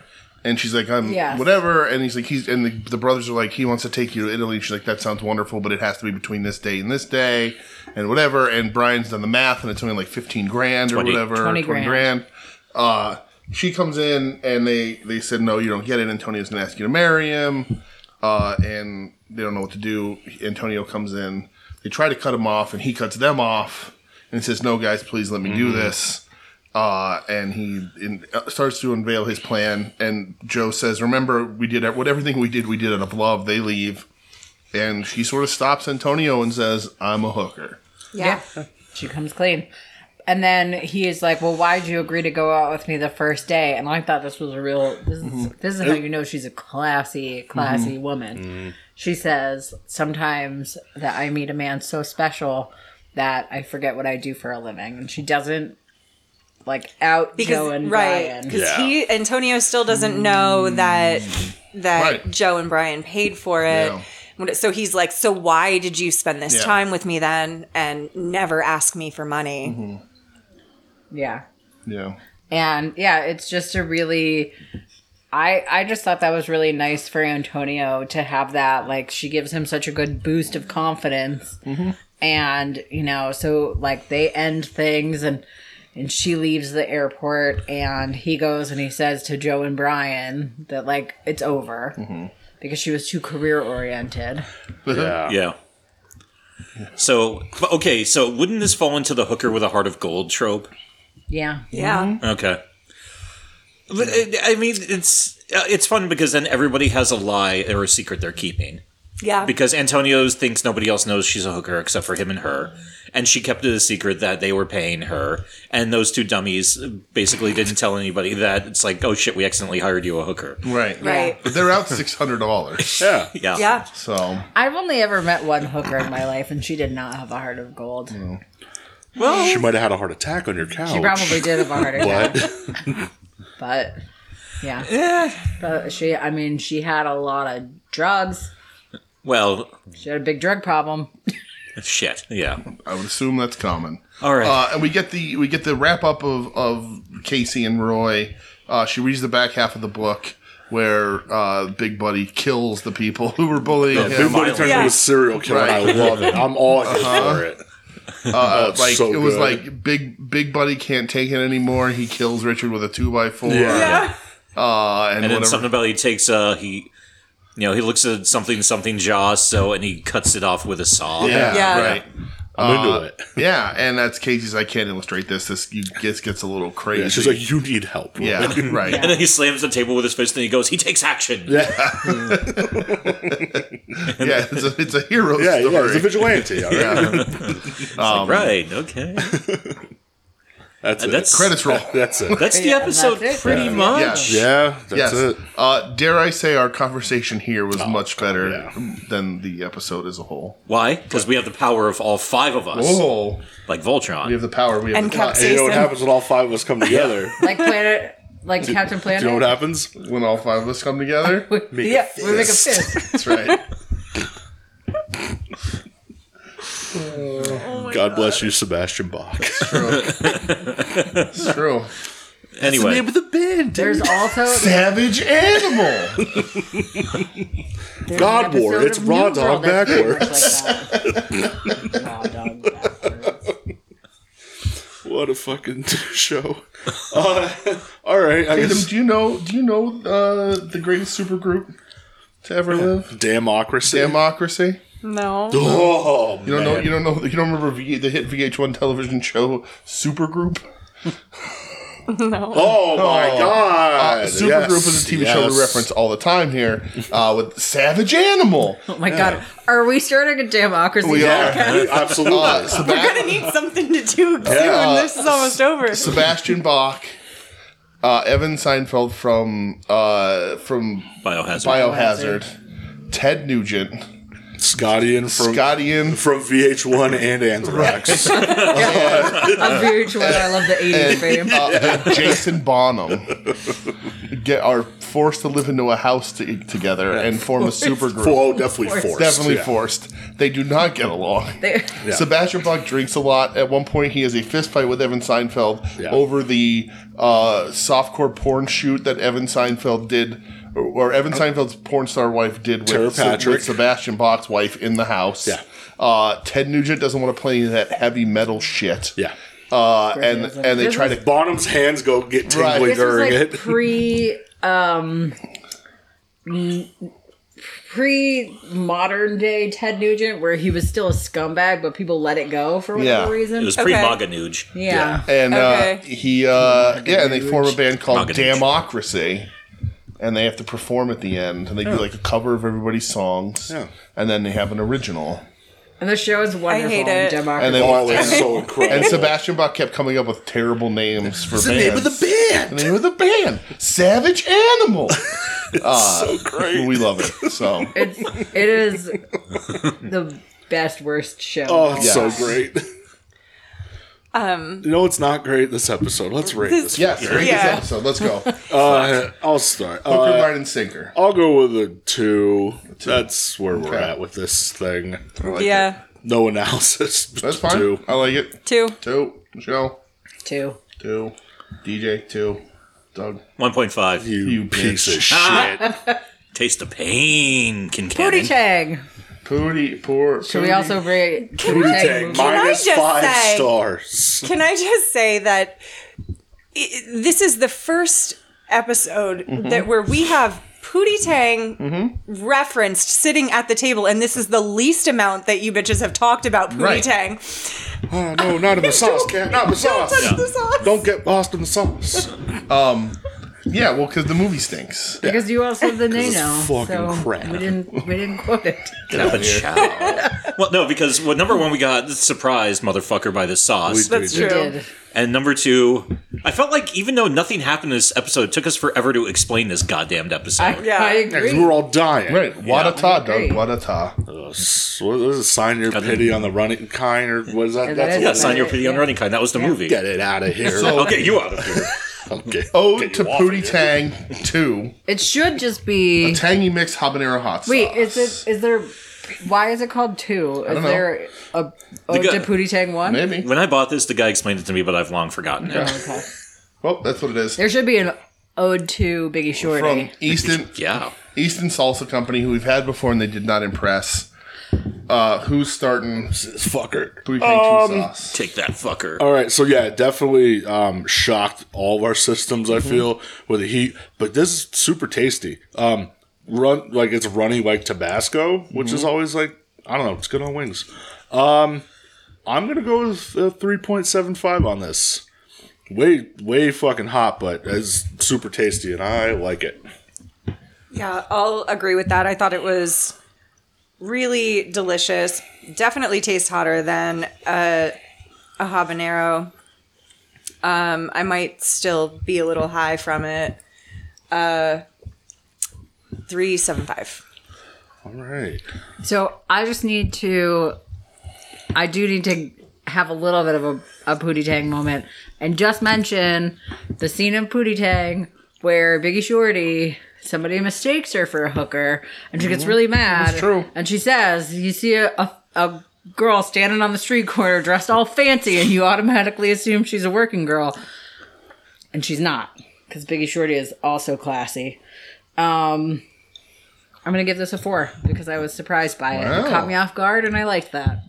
Speaker 5: and she's like, "I'm
Speaker 4: Yes.
Speaker 5: whatever." And he's like, "He's," and the, the brothers are like, "He wants to take you to Italy." She's like, "That sounds wonderful, but it has to be between this day and this day, and whatever." And Brian's done the math, and it's only like fifteen grand or
Speaker 1: 20.
Speaker 5: whatever,
Speaker 4: 20 grand.
Speaker 5: Uh, she comes in and they they said no, you don't get it. Antonio's gonna ask you to marry him, uh, and they don't know what to do. Antonio comes in. They try to cut him off, and he cuts them off and says, "No, guys, please let me do this." Uh, and he in, uh, starts to unveil his plan. And Joe says, "Remember, we did what everything we did. We did out of love." They leave, and she sort of stops Antonio and says, "I'm a hooker."
Speaker 3: Yeah.
Speaker 4: She comes clean. And then he is like, "Well, why'd you agree to go out with me the first day?" And I thought this was a real. This is,
Speaker 3: Mm-hmm.
Speaker 4: this is how you know she's a classy, classy woman.
Speaker 3: Mm-hmm.
Speaker 4: She says sometimes that I meet a man so special that I forget what I do for a living, and she doesn't like out Joe
Speaker 3: Because
Speaker 4: and
Speaker 3: right,
Speaker 4: Brian.
Speaker 3: because
Speaker 2: Yeah.
Speaker 3: he Antonio still doesn't know that that
Speaker 5: Right.
Speaker 3: Joe and Brian paid for it.
Speaker 5: Yeah.
Speaker 3: When it- So he's like, "So why did you spend this
Speaker 5: Yeah.
Speaker 3: time with me then, and never ask me for money?"
Speaker 4: Yeah.
Speaker 5: Yeah.
Speaker 4: and yeah it's just a really i i just thought that was really nice for antonio to have that like she gives him such a good boost of confidence and you know so like they end things and and she leaves the airport and he goes and he says to joe and brian that like it's over because she was too career oriented
Speaker 2: Yeah.
Speaker 1: Yeah. So but okay, so wouldn't this fall into the hooker with a heart of gold trope?
Speaker 4: yeah
Speaker 3: Yeah,
Speaker 1: Okay. But, uh, I mean, it's uh, it's fun because then everybody has a lie or a secret they're keeping.
Speaker 3: yeah.
Speaker 1: Because Antonio's thinks nobody else knows she's a hooker except for him and her, and she kept it a secret that they were paying her. And those two dummies basically didn't tell anybody that it's like, oh shit, we accidentally hired you a hooker.
Speaker 5: Right.
Speaker 3: Right.
Speaker 5: But they're out six hundred dollars.
Speaker 2: Yeah.
Speaker 1: Yeah,
Speaker 3: yeah.
Speaker 5: So
Speaker 4: i've only ever met one hooker in my life and she did not have a heart of gold
Speaker 2: She might have had a heart attack on your couch.
Speaker 4: she probably did have a heart attack
Speaker 2: But
Speaker 4: but yeah. But she, I mean, she had a lot of drugs.
Speaker 1: Well,
Speaker 4: She had a big drug problem.
Speaker 1: shit. Yeah.
Speaker 5: I would assume that's common.
Speaker 1: All right.
Speaker 5: Uh, and we get the we get the wrap up of of Casey and Roy. Uh, she reads the back half of the book where uh, Big Buddy kills the people who were bullying him.
Speaker 2: everybody turns
Speaker 3: Yeah.
Speaker 2: into a serial killer.
Speaker 5: Right. Uh-huh.
Speaker 2: I love it. I'm all here for it.
Speaker 5: Uh,
Speaker 2: it's
Speaker 5: like
Speaker 2: so
Speaker 5: it was
Speaker 2: good.
Speaker 5: like Big Big Buddy can't take it anymore. He kills Richard with a two by four.
Speaker 2: Yeah.
Speaker 5: Uh, and,
Speaker 1: And then
Speaker 5: whatever.
Speaker 1: something about he takes uh he you know, he looks at something something jaw so and he cuts it off with a saw.
Speaker 5: yeah,
Speaker 3: Yeah.
Speaker 5: Right.
Speaker 2: I'm into
Speaker 5: Uh,
Speaker 2: it.
Speaker 5: Yeah. And that's Casey's. I can't illustrate this. This you, gets gets a little crazy.
Speaker 2: Yeah, she's like, you need help.
Speaker 5: yeah. Right.
Speaker 1: And then he slams the table with his fist and he goes, He takes action. Yeah.
Speaker 5: Yeah. It's a, it's a hero
Speaker 2: Yeah,
Speaker 5: story.
Speaker 2: yeah, it's a vigilante. all right?
Speaker 1: right, okay.
Speaker 2: That's it.
Speaker 1: That's
Speaker 5: Credits roll.
Speaker 2: That's it.
Speaker 1: that's the
Speaker 4: Yeah, and
Speaker 1: episode
Speaker 4: that's it.
Speaker 1: pretty
Speaker 4: Yeah.
Speaker 1: much.
Speaker 5: Yeah.
Speaker 2: yeah, that's
Speaker 5: yes.
Speaker 2: it. Oh,
Speaker 5: Uh, dare I say our conversation here was much better
Speaker 2: yeah.
Speaker 5: than the episode as a whole.
Speaker 1: Why? Because we have the power of all five of us.
Speaker 5: Oh,
Speaker 1: Like Voltron.
Speaker 5: we have the power. We have
Speaker 3: And
Speaker 5: the time.
Speaker 3: Cap-
Speaker 2: And you know what
Speaker 3: Jason.
Speaker 2: happens when all five of us come together?
Speaker 4: Like Planet, like Captain
Speaker 2: Do
Speaker 4: Planet.
Speaker 2: you know what happens?
Speaker 5: when all five of us come together.
Speaker 2: Make
Speaker 4: yeah, we make a
Speaker 2: fist.
Speaker 4: fist.
Speaker 5: That's right.
Speaker 2: God bless you, Sebastian Bach.
Speaker 5: It's true.
Speaker 1: anyway.
Speaker 2: of the band.
Speaker 4: There's also
Speaker 5: Savage animal.
Speaker 4: there's
Speaker 2: God
Speaker 4: an episode
Speaker 2: War,
Speaker 4: of
Speaker 2: it's
Speaker 4: New
Speaker 2: Raw
Speaker 4: World
Speaker 2: Dog
Speaker 4: that's pretty much
Speaker 2: backwards.
Speaker 4: like that. Raw dog backwards.
Speaker 2: What a fucking show. Uh, all right, I
Speaker 5: Adam,
Speaker 2: guess.
Speaker 5: do you know? Do you know uh, the greatest supergroup to ever live?
Speaker 2: Democracy.
Speaker 5: Democracy.
Speaker 3: No.
Speaker 2: oh,
Speaker 5: You don't know.
Speaker 2: man.
Speaker 5: You don't know. You don't remember v- the hit VH1 television show Supergroup?
Speaker 2: oh my
Speaker 5: Uh,
Speaker 2: god.
Speaker 5: Supergroup is a TV show we
Speaker 2: yes.
Speaker 5: reference all the time here uh, with Savage Animal.
Speaker 4: Oh my god, are we starting a democracy?
Speaker 5: We are.
Speaker 2: Yeah, we- absolutely.
Speaker 5: Uh, Seb-
Speaker 3: We're gonna need something to do soon.
Speaker 2: Yeah.
Speaker 3: This is almost over.
Speaker 5: Sebastian Bach, uh, Evan Seinfeld from uh, from
Speaker 1: Biohazard.
Speaker 5: Biohazard, Ted Nugent,
Speaker 2: Scotty and from
Speaker 5: Scott Ian,
Speaker 2: from VH1 and Anthrax.
Speaker 4: I'm very sure I love the 80s fame.
Speaker 5: uh, Jason Bonham get are forced to live into a house to, together and form a supergroup.
Speaker 2: oh, definitely forced.
Speaker 5: Definitely
Speaker 2: yeah.
Speaker 5: forced. They do not get along.
Speaker 2: uh,
Speaker 4: They-
Speaker 5: Sebastian Bach drinks a lot. At one point, he has a fist fight with Evan Seinfeld
Speaker 2: Yeah.
Speaker 5: over the uh, softcore porn shoot that Evan Seinfeld did, or, or Evan Seinfeld's porn star wife did with,
Speaker 2: Uh, Tara
Speaker 5: Se-
Speaker 2: Patrick.
Speaker 5: with Sebastian Bach's wife in the house.
Speaker 2: Yeah.
Speaker 5: Uh, Ted Nugent doesn't want to play any of that heavy metal shit.
Speaker 2: Yeah.
Speaker 5: uh, and and they
Speaker 4: This
Speaker 5: try
Speaker 4: was-
Speaker 5: to
Speaker 2: Bonham's hands go get tingly
Speaker 5: Right.
Speaker 4: This was
Speaker 2: during
Speaker 4: like
Speaker 2: it.
Speaker 4: pre um pre modern day Ted Nugent where he was still a scumbag but people let it go for whatever
Speaker 5: Yeah.
Speaker 1: It
Speaker 4: reason.
Speaker 1: was
Speaker 4: yeah.
Speaker 1: pre Maga Nuge.
Speaker 5: and
Speaker 3: Okay.
Speaker 5: uh, he uh, yeah, and they form a band called
Speaker 1: Magadooch.
Speaker 5: Democracy, and they have to perform at the end, and they do like a cover of everybody's songs,
Speaker 2: Oh. Yeah.
Speaker 5: and then they have an original.
Speaker 4: And the show is wonderful.
Speaker 3: hate it.
Speaker 4: Democracy.
Speaker 5: And they
Speaker 2: Oh, it's so
Speaker 5: and
Speaker 2: incredible.
Speaker 5: Sebastian Bach kept coming up with terrible names for
Speaker 2: the
Speaker 5: bands.
Speaker 2: name of the band.
Speaker 5: The name of the band, Savage Animal. Uh,
Speaker 2: so great.
Speaker 5: we love it. So
Speaker 4: it's, it is the best worst show.
Speaker 2: oh, it's
Speaker 5: Yes.
Speaker 2: so great. Um, no, it's not great. This episode. Let's rate this.
Speaker 5: yes, rate this
Speaker 3: Yeah.
Speaker 5: episode. Let's go. Hooker,
Speaker 2: Uh, I'll start. Uh,
Speaker 5: right, and sinker.
Speaker 2: I'll go with a two. That's where we're
Speaker 5: Okay.
Speaker 2: at with this thing.
Speaker 3: yeah,
Speaker 2: No analysis. but
Speaker 5: That's fine.
Speaker 2: Two.
Speaker 5: I like it.
Speaker 3: two.
Speaker 5: Two, Michelle.
Speaker 4: too.
Speaker 5: Two, DJ. Two, Doug.
Speaker 1: 1.5.
Speaker 2: You, piece of shit.
Speaker 1: Taste of pain,
Speaker 4: Booty
Speaker 1: Kincannon.
Speaker 4: Tang.
Speaker 5: Pooty, poor.
Speaker 4: Should we also rate Booty
Speaker 2: Booty
Speaker 4: Tang?
Speaker 2: tang
Speaker 4: movie?
Speaker 2: minus
Speaker 3: just
Speaker 2: five
Speaker 3: say-
Speaker 2: stars.
Speaker 3: Can I just say that i this is the first episode that where we have Pootie Tang referenced sitting at the table, and this is the least amount that you bitches have talked about Pootie
Speaker 5: Right.
Speaker 3: Tang.
Speaker 2: Oh no, not in the sauce, cat. Not in the
Speaker 3: Don't
Speaker 2: sauce.
Speaker 3: touch the sauce.
Speaker 2: Don't get lost in the sauce.
Speaker 5: Yeah, well, because the movie stinks.
Speaker 4: Because you all said the nay no.
Speaker 2: fucking
Speaker 4: so
Speaker 2: crap.
Speaker 4: We didn't we didn't quote it.
Speaker 1: Well, no, because well, number one, we got surprised, motherfucker, by the sauce.
Speaker 3: That's
Speaker 2: We did.
Speaker 3: true.
Speaker 1: And number two, I felt like even though nothing happened in this episode, it took us forever to explain this goddamned episode.
Speaker 4: I,
Speaker 3: Yeah.
Speaker 4: I agree.
Speaker 2: 'Cause we were all dying.
Speaker 5: Right, Wadata, Doug.
Speaker 4: agree.
Speaker 5: Wadata.
Speaker 2: Uh, s- what is it? Sign your
Speaker 1: Cousin.
Speaker 2: pity on the running kind, or what is that?
Speaker 4: Yeah,
Speaker 2: That's
Speaker 4: that
Speaker 1: yeah,
Speaker 2: what
Speaker 4: is
Speaker 1: sign your
Speaker 4: Yeah.
Speaker 1: pity on running kind. That was the movie.
Speaker 2: Get it out of here.
Speaker 5: So-
Speaker 1: I'll get you out of here.
Speaker 2: okay. Oh,
Speaker 5: Ode to Pootie Tang. Two,
Speaker 4: It should just be
Speaker 5: tangy mix habanero hot sauce.
Speaker 4: Wait, is it is there why is it called two? Is
Speaker 5: don't know.
Speaker 4: there a Ode
Speaker 1: gu-
Speaker 4: to Pootie Tang one? Oh,
Speaker 5: Maybe.
Speaker 1: when I bought this, the guy explained it to me, but I've long forgotten it.
Speaker 4: Okay.
Speaker 5: Well, that's what it is.
Speaker 4: There should be an Ode to Biggie Shorty.
Speaker 5: From Easton
Speaker 1: Yeah.
Speaker 5: Easton Salsa Company, who we've had before and they did not impress. Uh, who's starting
Speaker 2: This fucker.
Speaker 5: Pootie Tang
Speaker 4: Um,
Speaker 5: two sauce?
Speaker 1: Take that fucker.
Speaker 2: All right, so yeah, definitely um, shocked all of our systems. I feel with the heat, but this is super tasty. Um, run like it's runny like Tabasco, which is always like I don't know, it's good on wings. Um, I'm gonna go with uh, three point seven five on this. Way way fucking hot, but it's super tasty, and I like it.
Speaker 3: Yeah, I'll agree with that. I thought it was really delicious. Definitely tastes hotter than uh, a habanero. Um, I might still be a little high from it. Uh, three seven five.
Speaker 2: All right,
Speaker 4: So I just need to, I do need to have a little bit of a, a Pootie Tang moment and just mention the scene in Pootie Tang where Biggie Shorty, somebody mistakes her for a hooker and she gets really mad.
Speaker 5: true.
Speaker 4: And she says, You see a, a, a girl standing on the street corner dressed all fancy and you automatically assume she's a working girl. And she's not because Biggie Shorty is also classy. Um, I'm gonna give this a four because I was surprised by it.
Speaker 5: Wow.
Speaker 4: It caught me off guard, and I liked that.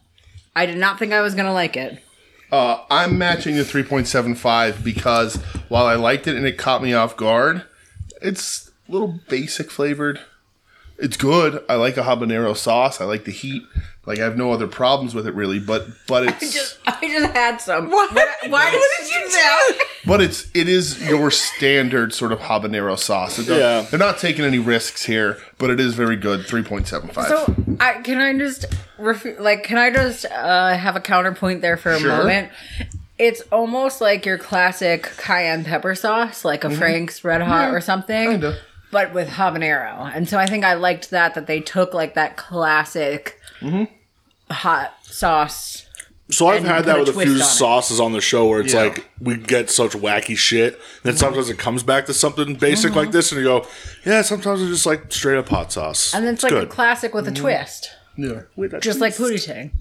Speaker 4: I did not think I was gonna like it.
Speaker 5: Uh, I'm matching the 3.75 because while I liked it and it caught me off guard, it's a little basic flavored. It's good. I like a habanero sauce. I like the heat. Like I have no other problems with it really, but but it's
Speaker 4: I just had some. What? Why did you do that?
Speaker 5: but it's it is your standard sort of habanero sauce. It does-
Speaker 2: Yeah.
Speaker 5: They're not taking any risks here, but it is very good. 3.75.
Speaker 4: So, I, can I just ref- like can I just uh, have a counterpoint there for a
Speaker 5: Sure.
Speaker 4: moment? It's almost like your classic cayenne pepper sauce, like a Frank's Red Hot or something,
Speaker 5: Mm-hmm. kinda.
Speaker 4: but with habanero. And so I think I liked that that they took like that classic
Speaker 5: Mm-hmm.
Speaker 4: hot sauce.
Speaker 2: so I've
Speaker 4: And
Speaker 2: had
Speaker 4: put
Speaker 2: that
Speaker 4: a
Speaker 2: with a
Speaker 4: twist
Speaker 2: few
Speaker 4: on it.
Speaker 2: sauces on the show where it's
Speaker 5: Yeah.
Speaker 2: like we get such wacky shit, then sometimes it comes back to something basic
Speaker 4: Mm-hmm.
Speaker 2: like this, and you go, yeah, sometimes it's just like straight up hot sauce,
Speaker 4: And it's like a classic with a twist,
Speaker 5: Mm-hmm. yeah.
Speaker 4: just like Pootie Tang.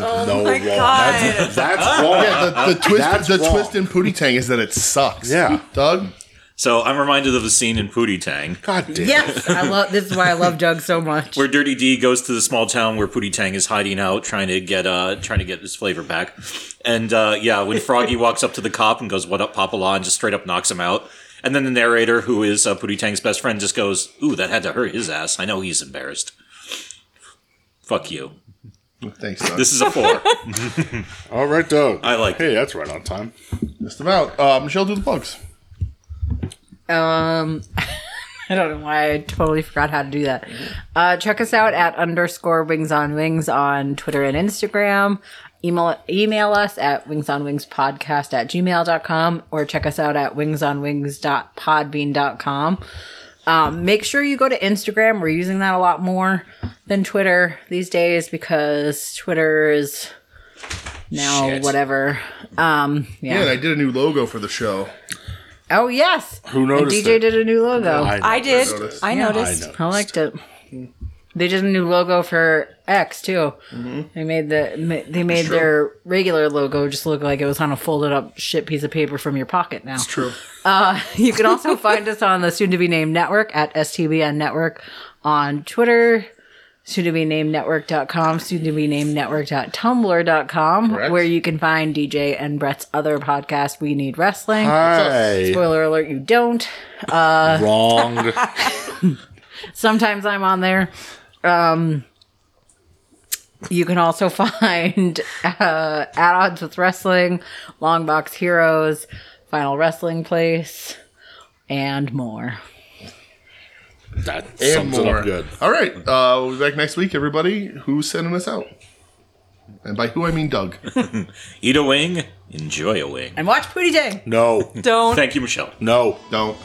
Speaker 4: Oh
Speaker 2: No,
Speaker 3: my
Speaker 2: wrong.
Speaker 3: God.
Speaker 2: Oh, That's, that's wrong.
Speaker 5: Yeah, the, the twist
Speaker 2: Uh, That's
Speaker 5: the
Speaker 2: wrong.
Speaker 5: twist in Pootie Tang is that it sucks.
Speaker 2: Yeah.
Speaker 5: Doug?
Speaker 1: So I'm reminded of a scene in Pootie Tang
Speaker 2: God damn.
Speaker 4: Yes, I love. This is why I love Doug so much.
Speaker 1: where Dirty D goes to the small town where Pootie Tang is hiding out, trying to get uh trying to get his flavor back. And uh, yeah, when Froggy walks up to the cop and goes, "What up, Papa La?" and just straight up knocks him out. And then the narrator, who is uh, Pootie Tang's best friend, just goes, "Ooh, that had to hurt his ass. I know he's embarrassed." Fuck you.
Speaker 5: Thanks, son.
Speaker 1: This is a four.
Speaker 2: All right, Doug.
Speaker 1: I like
Speaker 2: Hey, that's right on time.
Speaker 5: Just about. Uh, Michelle, do the plugs.
Speaker 4: Um, I don't know why I totally forgot how to do that. Uh, check us out at underscore wings on wings on Twitter and Instagram. Email, email us at wings on wings podcast at gmail.com or check us out at wings on wings.podbean.com. Um, make sure you go to Instagram. We're using that a lot more than Twitter these days because Twitter is now
Speaker 1: Shit.
Speaker 4: whatever. Um, yeah.
Speaker 5: Yeah, and I did a new logo for the show.
Speaker 4: Oh, yes.
Speaker 2: Who noticed
Speaker 4: DJ
Speaker 2: it?
Speaker 4: did a new logo.
Speaker 3: I did.
Speaker 5: noticed.
Speaker 3: I
Speaker 2: I
Speaker 3: noticed.
Speaker 2: know.
Speaker 4: I liked it. They did a new logo for X too. They made the ma- they made
Speaker 5: Mm-hmm. true.
Speaker 4: their regular logo just look like it was on a folded up shit piece of paper from your pocket. Now
Speaker 5: True.
Speaker 4: you can also find us on the soon to be named network at STBN Network on Twitter, soon to be named network.com, soon to be named network.tumblr.com,
Speaker 5: Correct.
Speaker 4: where you can find DJ and Brett's other podcast, We Need Wrestling.
Speaker 2: Hi.
Speaker 4: Spoiler alert, you don't. Uh,
Speaker 2: Wrong.
Speaker 4: sometimes I'm on there. Um, you can also find uh, At Odds with Wrestling, Long Box Heroes, Final Wrestling Place, and more.
Speaker 2: That
Speaker 5: And
Speaker 2: sums it
Speaker 5: more.
Speaker 2: up good.
Speaker 5: All right. Uh, we'll be back next week, everybody. Who's sending us out? And by who, I mean Doug.
Speaker 1: Eat a wing, enjoy a wing.
Speaker 4: And watch Pootie Tang.
Speaker 2: No.
Speaker 3: Don't
Speaker 1: Thank you, Michelle.
Speaker 2: No.
Speaker 5: Don't.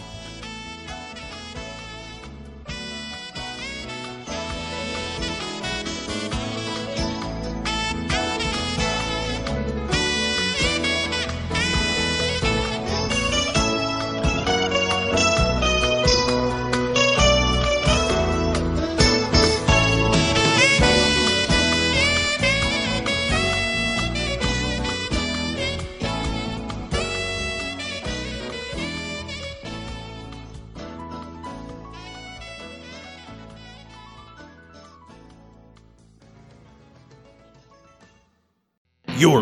Speaker 6: You're